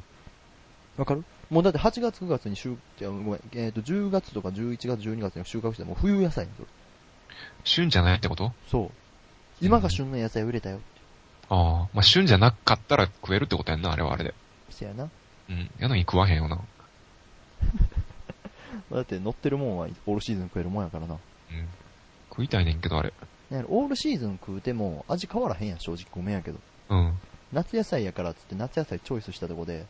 わかるもうだって8月、9月に収、じゃあごめん、えっ、と、10月とか11月、12月に収穫してもう冬野菜に取る。あ。旬じゃないってことそう。今が旬の野菜売れたよ。ああ。まあ、旬じゃなかったら食えるってことやんな、あれはあれで。せやな。うん。やのに食わへんよな。だって乗ってるもんはオールシーズン食えるもんやからな。うん。食いたいねんけど、あれ。ねオールシーズン食うても味変わらへんやん、正直ごめんやけど。うん。夏野菜やからっつって夏野菜チョイスしたとこで、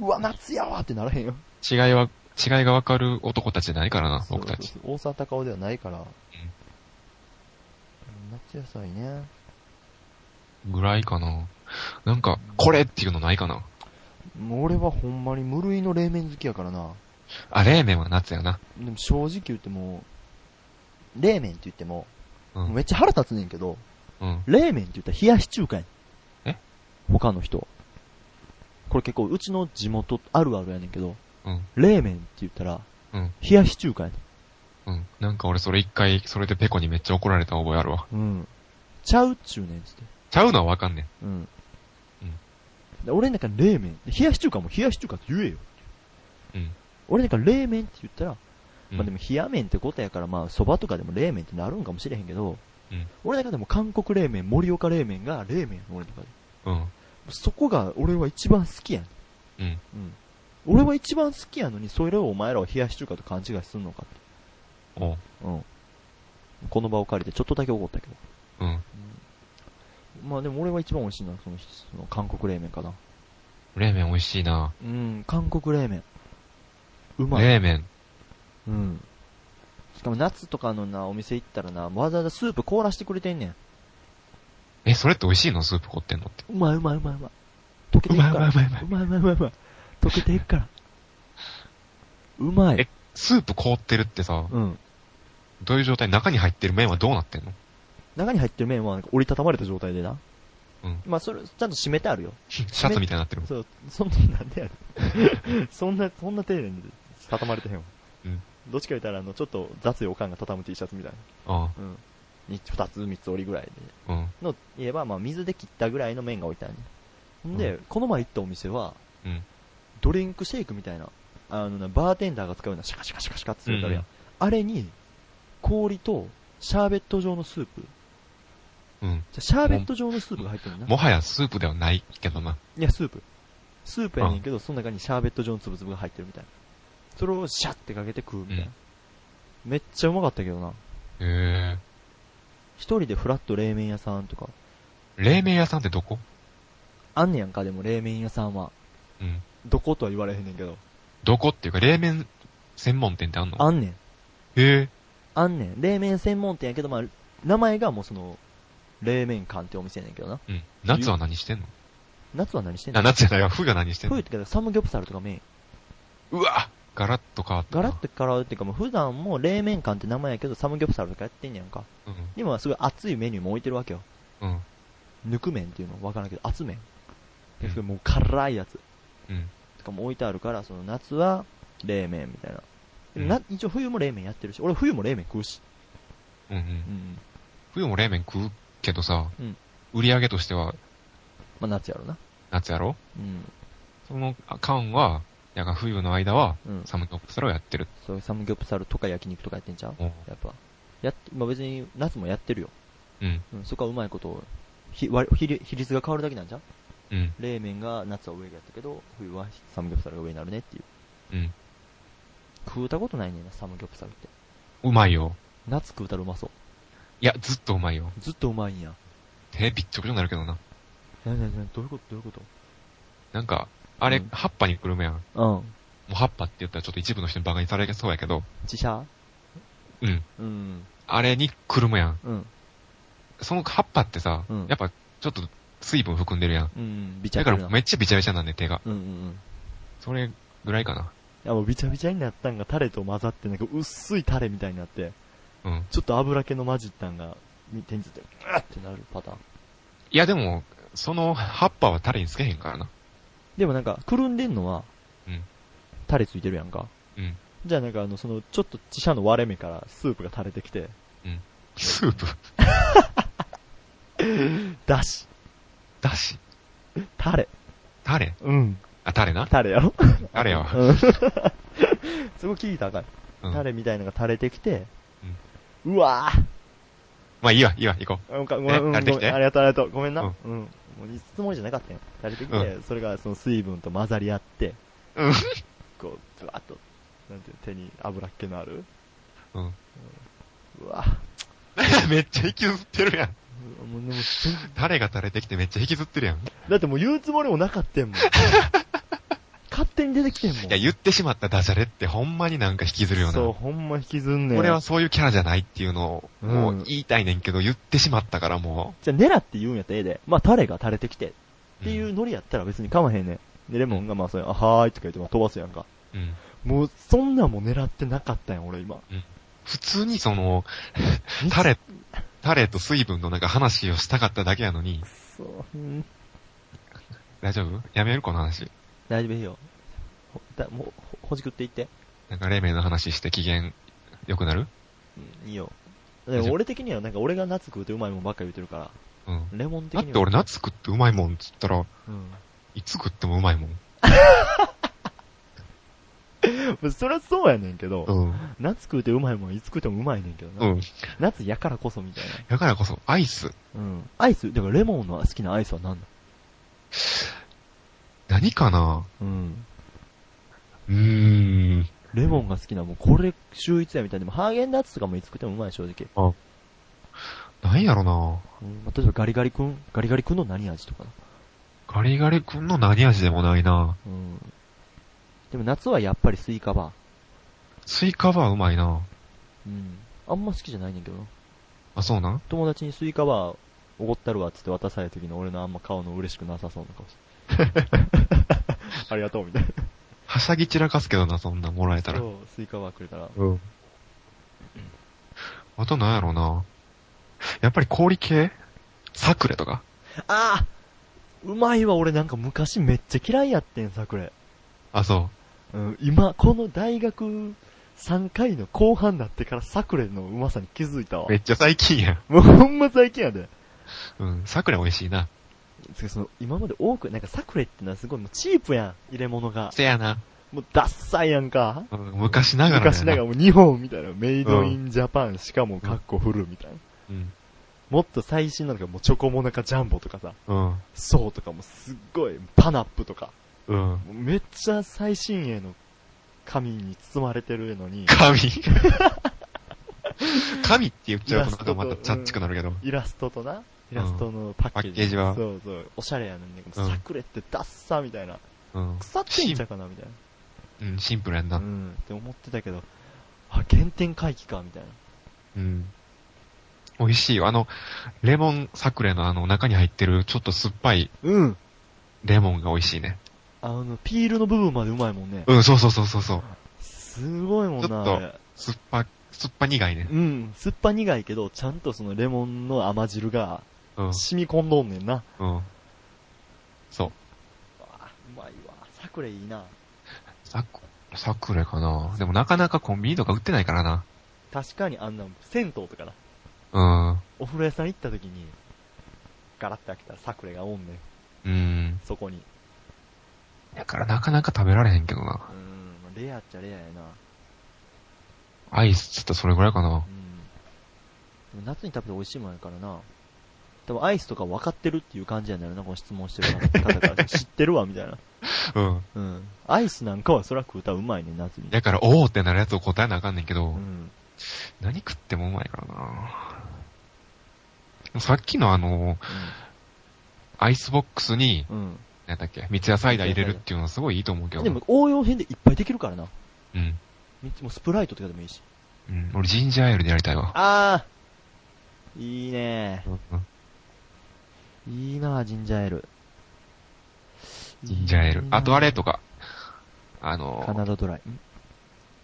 うわ、夏やわってならへんよ。違いは、違いがわかる男たちじゃないからな、僕たち。そうそうそう大沢たかおではないから。夏野菜ね。ぐらいかな。なんか、これっていうのないかな。もう俺はほんまに無類の冷麺好きやからな。あ、冷麺は夏やな。でも正直言っても、冷麺って言っても、うん。めっちゃ腹立つねんけど、うん。冷麺って言ったら冷やし中華やん。え他の人。これ結構うちの地元あるあるやねんけど、うん。冷麺って言ったら、うん冷やし中華やねん。うん。なんか俺それ一回、それでペコにめっちゃ怒られた覚えあるわ。うん。ちゃうっちゅうねんつって。ちゃうのはわかんねん。うん。うんで俺なんか冷麺、冷やし中華も冷やし中華って言えよ。うん。俺なんか冷麺って言ったら、うんまあでも冷や麺ってことやから、まあ蕎麦とかでも冷麺ってなるんかもしれへんけど、うん俺なんかでも韓国冷麺、盛岡冷麺が冷麺やん俺の中で。うん。そこが俺は一番好きやん。うん。うん。俺は一番好きやのに、それをお前らは冷やし中華と勘違いすんのかっおう。て。うん。この場を借りてちょっとだけ怒ったけど。うん。まあでも俺は一番美味しいのはその、その韓国冷麺かな。冷麺美味しいな。うん、韓国冷麺。うまい。冷麺。うん。しかも夏とかのな、お店行ったらな、わざわざスープ凍らしてくれてんねん。え、それって美味しいのスープ凝ってんのって。うまいうまいうまいうまい。溶けていくから。うまいうまいうまいうまいうまいうまいうまい。溶けていくから。うまいえ。スープ凍ってるってさ、うん。どういう状態中に入ってる麺はどうなってんの中に入ってる麺はなんか折りたたまれた状態でな。うんまあそれ、ちゃんと締めてあるよ。シャツみたいになってる。そう、そんな、なんでやねん [LAUGHS] そんな、そんな丁寧に畳まれてへんわ。うんどっちか言ったら、あの、ちょっと雑いおかんが畳む T シャツみたいあな。うん。に二つ、三つ折りぐらいで。あ、うん。の、言えば、まあ、水で切ったぐらいの麺が置いてあるねんで、うこの前行ったお店は、うんドリンクシェイクみたいな、あのな、バーテンダーが使うようなシャカシャカシャカシャカってするやつあるやん。うんあれに、氷と、シャーベット状のスープ。じうん。ゃあシャーベット状のスープが入ってるんだ。もはやスープではないけどな。いや、スープ。スープやねんけど、その中にシャーベット状のつぶつぶが入ってるみたいな。それをシャッてかけて食うみたいな。うんめっちゃうまかったけどな。へえ。一人でフラット冷麺屋さんとか。冷麺屋さんってどこあんねやんか、でも冷麺屋さんは。うん。どことは言われへんねんけど。どこっていうか、冷麺専門店ってあんのあんねん。へえ。あんねん。冷麺専門店やけど、まあ、名前がもうその、冷麺館ってお店やねんけどな。うん。夏は何してんの夏は何してんのあ、夏じゃないわ。冬が何してん冬っのてかサムギョプサルとかメイン。うわガラッと変わったガな。ラッと変わるっていうかもう普段も冷麺館って名前やけどサムギョプサルとかやってんねやんか。今はすごい熱いメニューも置いてるわけよ。うん。うん。ぬく麺っていうのわからんけど、熱麺。うんすごいもう辛いやつ。うん。とかも置いてあるから、その夏は冷麺みたいな。でもう、なん一応冬も冷麺やってるし、俺冬も冷麺食うし。うんうんう。ん。冬も冷麺食うけどさ、うん売り上げとしてはまあ夏やろな。夏やろうん。その間は、やが冬の間は、うん。サムギョプサルをやってる。そういうサムギョプサルとか焼肉とかやってんちゃうおうやっぱ。やっ、まあ別に夏もやってるよ。うん。うん、そこはうまいこと、ひ、割、比率比率が変わるだけなんじゃんうん。冷麺が夏は上やったけど、冬はサムギョプサルが上になるねっていう。うん。食うたことないねんな、サムギョプサルって。うまいよ。夏食うたらうまそう。いや、ずっとうまいよ。ずっとうまいんや。手びっちょびちょになるけどな。なになになにどういうことどういうこなんか、あれ、うん葉っぱにくるめやん。もとうん。う葉っぱって言ったらちょっと一部の人に馬鹿にされそうやけど、自社うん。うん。あれにくるむやん。うん。その葉っぱってさ、うんやっぱちょっと水分含んでるやん。うん。びちゃだびかちゃ。らめっちゃびちゃびちゃなんで手が。うんうんうん。それぐらいかな。いやもうびちゃびちゃになったんがタレと混ざって、なんか薄いタレみたいになって、うん。ちょっと油気の混じったんが、み手について、うわってなるパターン。いやでも、その葉っぱはタレにつけへんからな。でもなんか、くるんでんのは、うんタレついてるやんか。うん。じゃあなんかあの、その、ちょっと自社の割れ目からスープが垂れてきて、スープ、だし、だし、タレ、タレ。うん、あ、タレな。タレやろ [LAUGHS] タレや。うん。すごい聞いたらあか。うんんタレみたいのが垂れてきて、うわまあいいわ、いいわ、行こぁうんか、ごめえん、うん、ご垂れてきてめんありがとう、ありがとう。ごめんな。ううんん。もう、いつもじゃなかったよ。垂れてきて、うそれがその水分と混ざり合って、う。うん。こう、ぶわっと、なんていうの手に油っ気のある。うん。うわぁ [LAUGHS] めっちゃ引きずってるやん。うんもうでも、タレが垂れてきてめっちゃ引きずってるやん。いだってもう言うつもりもなかった [LAUGHS] んもん。勝手に出てきてんもん。や、言ってしまったダジャレってほんまになんか引きずるよな。そう、ほんま引きずんねん。俺はそういうキャラじゃないっていうのを、もううん言いたいねんけど、言ってしまったからもじゃあ、狙って言うんやったらええで。まあ、タレが垂れてきて。う。。っていううんノリやったら別にかまへんねん。で、レモンがまあ、それ、あはーいとか言ってまあ飛ばすやんか。うんもう、そんなんも狙ってなかったんや、俺 [LAUGHS] 今。普通にその、タレ、タレと水分のなんか話をしたかっただけやのにく、そうん。大丈夫やめるこの話。大丈夫よ。ほ、だ、もう、ほ、ほじくっていって。なんか、黎明の話して機嫌良くなるうん、いいよ。でも俺的にはなんか俺が夏食うてうまいもんばっか言うてるから、うん。レモン的だっには。て俺夏食ってうまいもんっつったら、ういつ食ってもうまいもん。ん。そりゃそうやねんけど、うん。夏食うてうまいもん、いつ食うてもうまいねんけどな。うん。夏やからこそみたいだからこそ、アイス。な。うん。アイス、だからレモンの好きなアイスは何だ何かなうん。うーん。レモンが好きな、もうこれ、秀逸やみたいな。でも、ハーゲンダッツとかもいつ食ってもうまい、正直。何やろなうん。まあ、例えばガリガリ君、ガリガリ君の何味とかな。ガリガリ君の何味でもないなうん。でも、夏はやっぱりスイカバスイカバーうまいなー。うん。あんま好きじゃないねんけどな。あ、そうなん友達にスイカバー、おごったるわっつって渡された時の俺のあんま顔の嬉しくなさそうな顔して。 [LAUGHS] ありがとう、みたいな。はしゃぎ散らかすけどな、そんなんもらえたら。そう、スイカバーくれたら。うん。あと何やろうなやっぱり氷系サクレとかああうまいわ、俺なんか昔めっちゃ嫌いやってん、桜井。あ、そうん、今、この大学3回の後半になってから桜井のうまさに気づいたわう。め。っちゃ最近やん。もうほんま最近やで。うん、サクレ美味しいな。つうかその、今まで多く、なんか桜井ってのはすごいもうチープやん、入れ物が。せやな。 [LAUGHS] もうダッサいやんか。うん昔ながらやな。昔ながらもう日本みたいな、メイドインジャパン、しかもカッコフルみたいな。うん。もっと最新なのがもうチョコモナカジャンボとかさ、うん。ソーとかもすっごい、パナップとか。うん。もうめっちゃ最新鋭の紙に包まれてるのに、神 [LAUGHS] 神って言っちゃイラうとなんストかとまたチャッチくなるけど。イラストとな、イラストのパッケージ。パッケージはそうそう。おしゃれやねんね。うんサクレってダッサみたいな。うん。腐ってんちゃうかなみたいうん、シンプルやんな。なう。ん。って思ってたけど、あ、原点回帰かみたいな。うん。美味しいよ。あの、レモンサクレのあの中に入ってるちょっと酸っぱいうん。レモンが美味しいね。あの、ピールの部分までうまいもんね。うん、そうそうそうそうそう。すごいもんちょな、っとあれ酸っぱ、酸っぱ苦いね。うん。酸っぱ苦いけど、ちゃんとそのレモンの甘汁がうん、染み込んどんねんな。うん。そう。あうまいわ。サクレいいな。サク、サクレかなでもなかなかコンビニとか売ってないからな。確かにあんな、銭湯とかな。うん。お風呂屋さん行った時に、ガラッて開けたらサクレがおんねん。うん。そこに。だからなかなか食べられへんけどな。うん。レアっちゃレアやな。アイスっつったらそれぐらいかなう。ん。でも夏に食べて美味しいもんやからな。多分アイスとか分かってるっていう感じやんだろな、この質問してる方から。知ってるわ、みたいな。うん。うん。アイスなんかはそら食うたらうまいね、夏に。だから、おーってなるやつを答えなあかんねんけど、うん。何食ってもうまいからな。さっきのあの、アイスボックスに、うん。何だっけ、三ツ矢サイダー入れるっていうのはすごいいいと思うけうど。ん。でも応用編でいっぱいできるからな。うん。みもうスプライトとかでもいいし。うん。俺ジンジャーエールでやりたいわ。あー。いいねうんいいなジンジャーエール。ジンジャーエール。あとあれとか、あカの、ナダドライ。い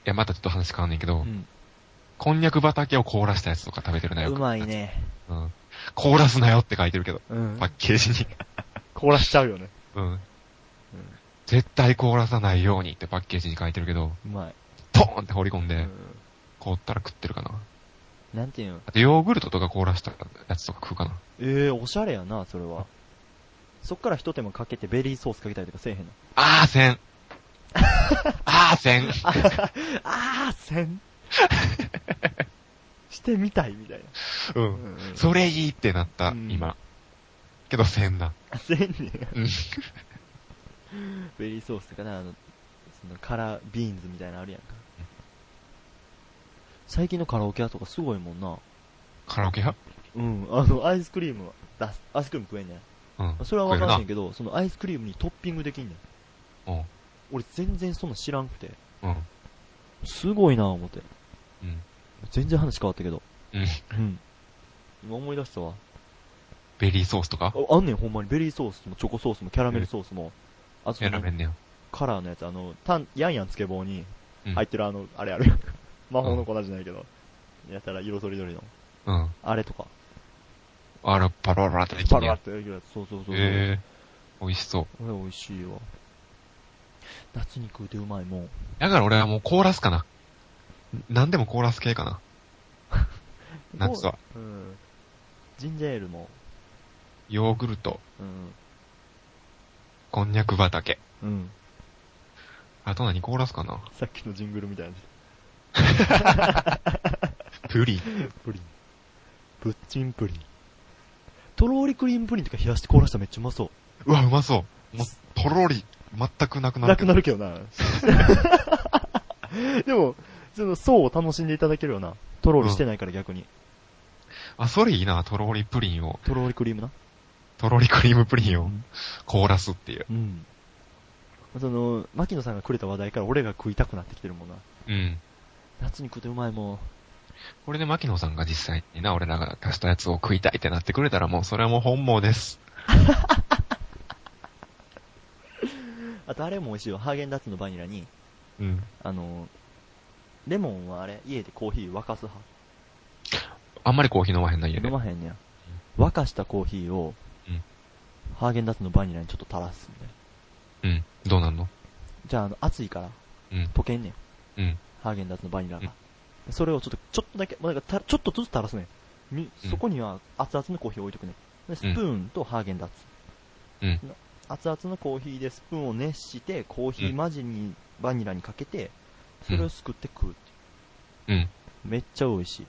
や、またちょっと話変わんねんけど、うん。こんにゃく畑を凍らしたやつとか食べてるなよ。うまい。ね。うん。凍らすなよって書いてるけど、うんパッ。ケージに。凍らしちゃうよね。うん。絶対凍らさないようにってパッケージに書いてるけど、うまい。ドーンって放り込んうでん、凍ったら食ってるかな。なんていうのあとヨーグルトとか凍らしたやつとか食うかな。ええー、おしゃれやな、それは。そっから一手間かけてベリーソースかけたりとかせえへんの。あー [LAUGHS] せん。あーせん。あーせ [LAUGHS] んしてみたいみたいな。う。うんんうん、それいいってなった、うん今。けどせんな。あせんねうん。ベリーソースとかな、あの、そのカラービーンズみたいなのあるやんか。最近のカラオケ屋とかすごいもんな。カラオケ屋うん、あの、アイスクリームは出す、アイスクリーム食えんねん。うん。それはわかんないけど、そのアイスクリームにトッピングできんねん。うん。俺全然そんなん知らんくて。うん。すごいなぁ思って。うん。全然話変わったけど。うん。うん。今思い出したわ。ベリーソースとかああんねん、ほんまに。ベリーソースもチョコソースもキャラメルソースも。あとそ選のべんねや。カラーのやつ、あの、タン、ヤンヤンつけ棒にうん入ってるあの、あれあるやん。 [LAUGHS] 魔法の粉じゃないけど。やたら色とりどりの。うん。あれとか。あら、パラパラってできパんねラっや。てできるやつ。そうそうそう。えー。美味しそう。これ美味しいわ。夏に食うてうまいもん。だから俺はもうコーラスかな。何でもコーラス系かな。夏は。うん。ジンジャーエールも。ヨーグルト、うん。こんにゃく畑。うん。あと何コーラスかなさっきのジングルみたいな。プリン。プリン。プッチンプリン。とろーりクリームプリンとか冷やして凍らしたらめっちゃうまそうわ、うまそう。もう、とろり、全くなくう。なるなけくど。なるけど [LAUGHS] な。でも、その層を楽しんでいただけるよな。とろーりしてないから逆に。あ、それいいな、とろりプリンを。とろーりクリームな。とろりクリームプリンうをんコーラスっていう。うん。その、牧野さんがくれた話題から俺が食いたくなってきてるもんな。うん。夏に食うてうまいもん。これで牧野さんが実際にな、俺らが出したやつを食いたいってなってくれたらもう、それはもう本望です。あとあれも美味しいよ。ハーゲンダッツのバニラに、うん。あの、レモンはあれ、家でコーヒー沸かす派。あんまりコーヒー飲まへんな、家で飲。まへんねや。沸かしたコーヒーを、うんハーゲンダッツのバニラにちょっと垂らすみたいな。うん。どうなんのじゃあ、あの、熱いから、うん。溶けんねん。うん。ハーゲンダッツのバニラが。それをちょっと、ちょっとだけ、もうなんかた、ちょっとずつ垂らすねん。みうんそこには熱々のコーヒーを置いとくねん。で、スプーンとハーゲンダッツ。うんな熱々のコーヒーでスプーンを熱して、コーヒー混じりにバニラにかけて、それをすくって食うってうん。へいうめっちゃ美味しい。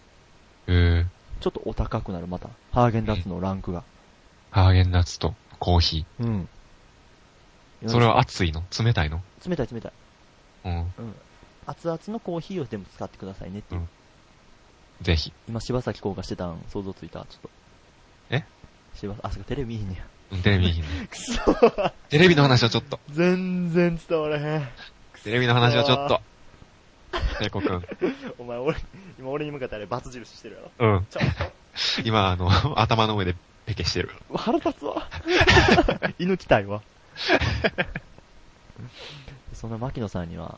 えー。ちょっとお高くなる、また。ハーゲンダッツのランクが。ハーゲンダッツとコーヒうん。ー。それは熱いの冷たいの冷たい冷たい。うん。うん。熱々のコーヒーをでも使ってくださいねっていう。うんぜひ。今、柴咲コウがしてたん、想像ついたちょっと。え柴、あ、そっか、テレビ見えんねうんテレビ見ひんね [LAUGHS] や。くそテレビの話はちょっと。全然伝わらへん。テレビの話はちょっと。ペコくん。お前、俺、今俺に向かってあれ、バツ印してるやろ。うん。ちょっ今、あの、 [LAUGHS] 頭の上でペケしてる。腹立つわ。 [LAUGHS] 犬きたいわ。そんな牧野さんには、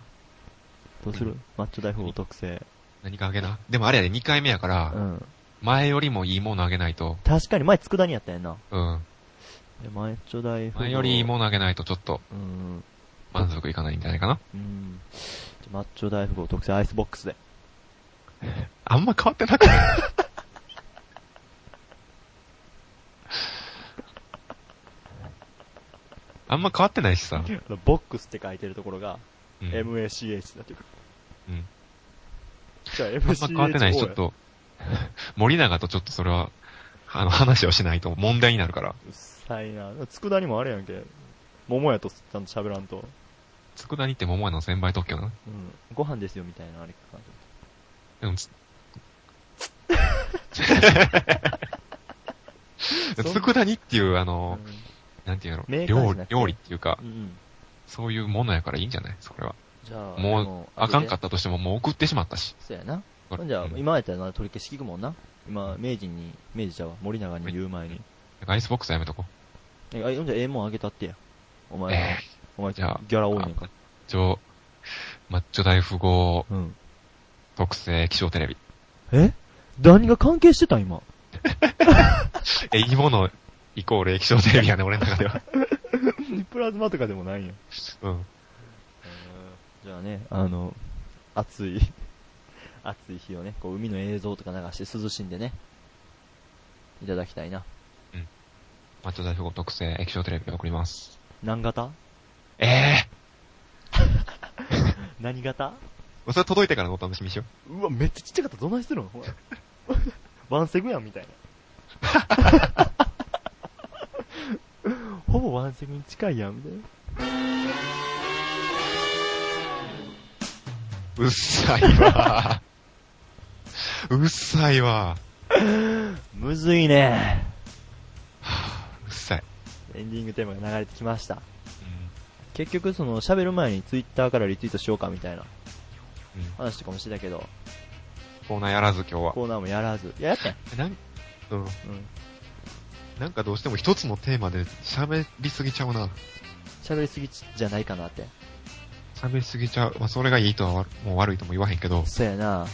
どうするマッチョ大富豪特製。何かあげな。でもあれやで、2回目やかうら、ん。前よりもいいものあげないと、確かに前佃煮やったやんな。うん。えマッチョ大富豪。前よりいいものあげないとちょっとうん。満足いかないんじゃないかな。うん。じゃマッチョ大富豪特製アイスボックスで。あんま変わって [LAUGHS] なくないあんま変わってないしさ。あの [LAUGHS] ボックスって書いてるところが、うん。 MACH だっていうか。うんじゃああんま MCH。変わってないし、ちょっ。と、森永とちょっとそれは、あの、 [LAUGHS] 話をしないと問題になるから。うっさいな。佃煮もあれやんけ。桃屋とちゃんと喋らんと。佃煮って桃屋の先輩特許な。うん。ご飯ですよ、みたいな、あれか。[LAUGHS] でもつ、そん佃煮っていう、あうの、んなんていうのメーカーじゃ料な理く、て料理っていうかう、ん。そういうものやからいいんじゃないそれは。じゃあ、もうでもあかんかっったとしても、もう送ってしまったし。た。そうやな。これじゃあう、ん今やったらな取り消し聞くもんな。今、明治に、明治ちゃうわ。森永に言う前に。アイスボックスはやめとこえ、あ、ほんじゃええもんあげたってや。おう。前はええ、お前、ギじゃあャラ多いねんから。一応、マッチョ大富豪うん。特製気象テ [LAUGHS] レビ。え何が関係してた今。え、いいものイコール液晶テレビやね、俺の中では。 [LAUGHS] プラズマとかでもないんや。うん。じゃあね、あの、暑い、 [LAUGHS] 暑い日をね、こう海の映像とか流して涼しんでね、いただきたいな。マッチョ大富豪特製液晶テレビ送ります。何型ええ何型それ届いてからのお楽しみにしようわ、めっちゃちっちゃかった。どないするのほら。 [LAUGHS] ワンセグやん、みたい [LAUGHS] な。ほぼワンセグに近いやん、みたいな。う。うっさ [LAUGHS] いわ。うっさいわ。むずいね。うっさい。エンディングテーマが流れてきました。結局、その、喋る前にツイッターからリツイートしようか、みたいなうん。うん。話とかもしてたけど、コーナーやらず今日は。コーナーもやらず。いや、やったやん。なん、うん。うん。なんかどうしても一つのテーマで喋りすぎちゃうな。喋りすぎじゃないかなって。喋りすぎちゃう。まあ、それがいいとはわ、もう悪いとも言わへんけど。そうやな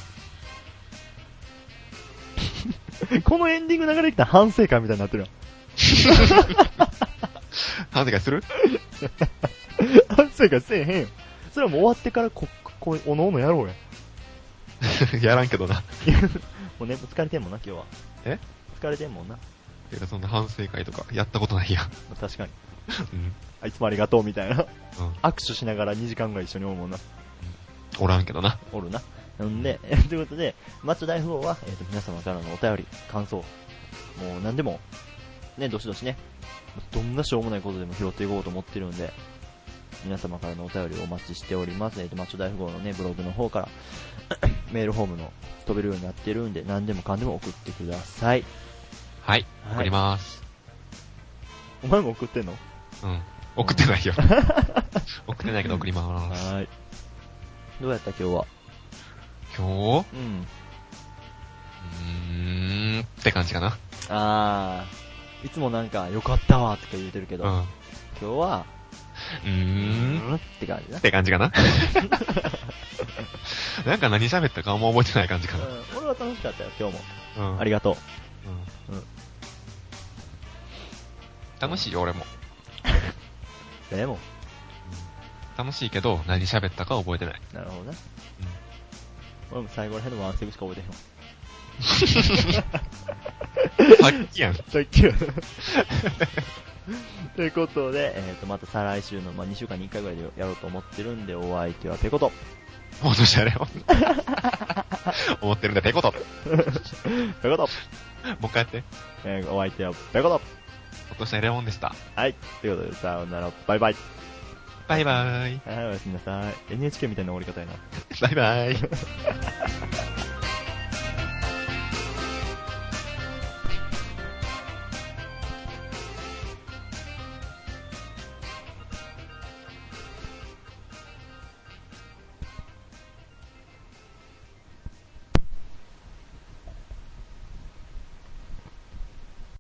[LAUGHS] このエンディング流れてきたら反省会みたいになってる反省会する [LAUGHS] やん [LAUGHS] 反省会せえへんよ。それはもう終わってからこ、こう、おのおのやろうや。やらんけどな。もうね、疲れてんもんな、今日は。え疲れてんもんな。てかそんな反省会とか、やったことないやん。確かに。うん。あいつもありがとう、みたいな。 [LAUGHS] うん。握手しながら2時間ぐらい一緒におるもんな。おらんけどな。おるな。なんで、 [LAUGHS] ということで、マッチョ大富豪は、えっ、と、皆様からのお便り、感想、もう何でも、ね、どしどしね、どんなしょうもないことでも拾っていこうと思ってるんで、皆様からのお便りをお待ちしております。えっ、と、マッチョ大富豪のね、ブログの方から、 [COUGHS] メールフォームの飛べるようになってるんで、何でもかんでも送ってください。はい。はい送ります。お前も送ってんのうん。送って [LAUGHS] ないよ。送ってないけど送ります。い。どうやった今日は今日うん。うーん、って感じかな。あー、いつもなんか、よかったわとか言うてるけうど、ん。う今日は、ーん、うんって感じなっ。て感じ [LAUGHS] かな。なんか何喋ったかあんま覚えてない感じかな。うん、俺は楽しかったよ、今日も。うん。ありがとう。うんうん楽しいよ、俺も。でも、楽しいけど、何喋ったか覚えてない。なるほどな。俺も最後らへんのワンセグしか覚えてへんわ。さっきやん。さっきは。 [LAUGHS] ということで、えっ、と、また再来週の、まあ、2週間に1回ぐらいでやろうと思ってるんで、お相手はペコと。もうどうしたらよ。思ってるんだ、ペコと。もペコと、う一回やって。えーお相手はペコと。落としたレモンでした。はい。ということで、さよなら、バイバイ。バイバーイ。はい、おやすみなさい。NHK みたいな終わり方やな。バイバイ。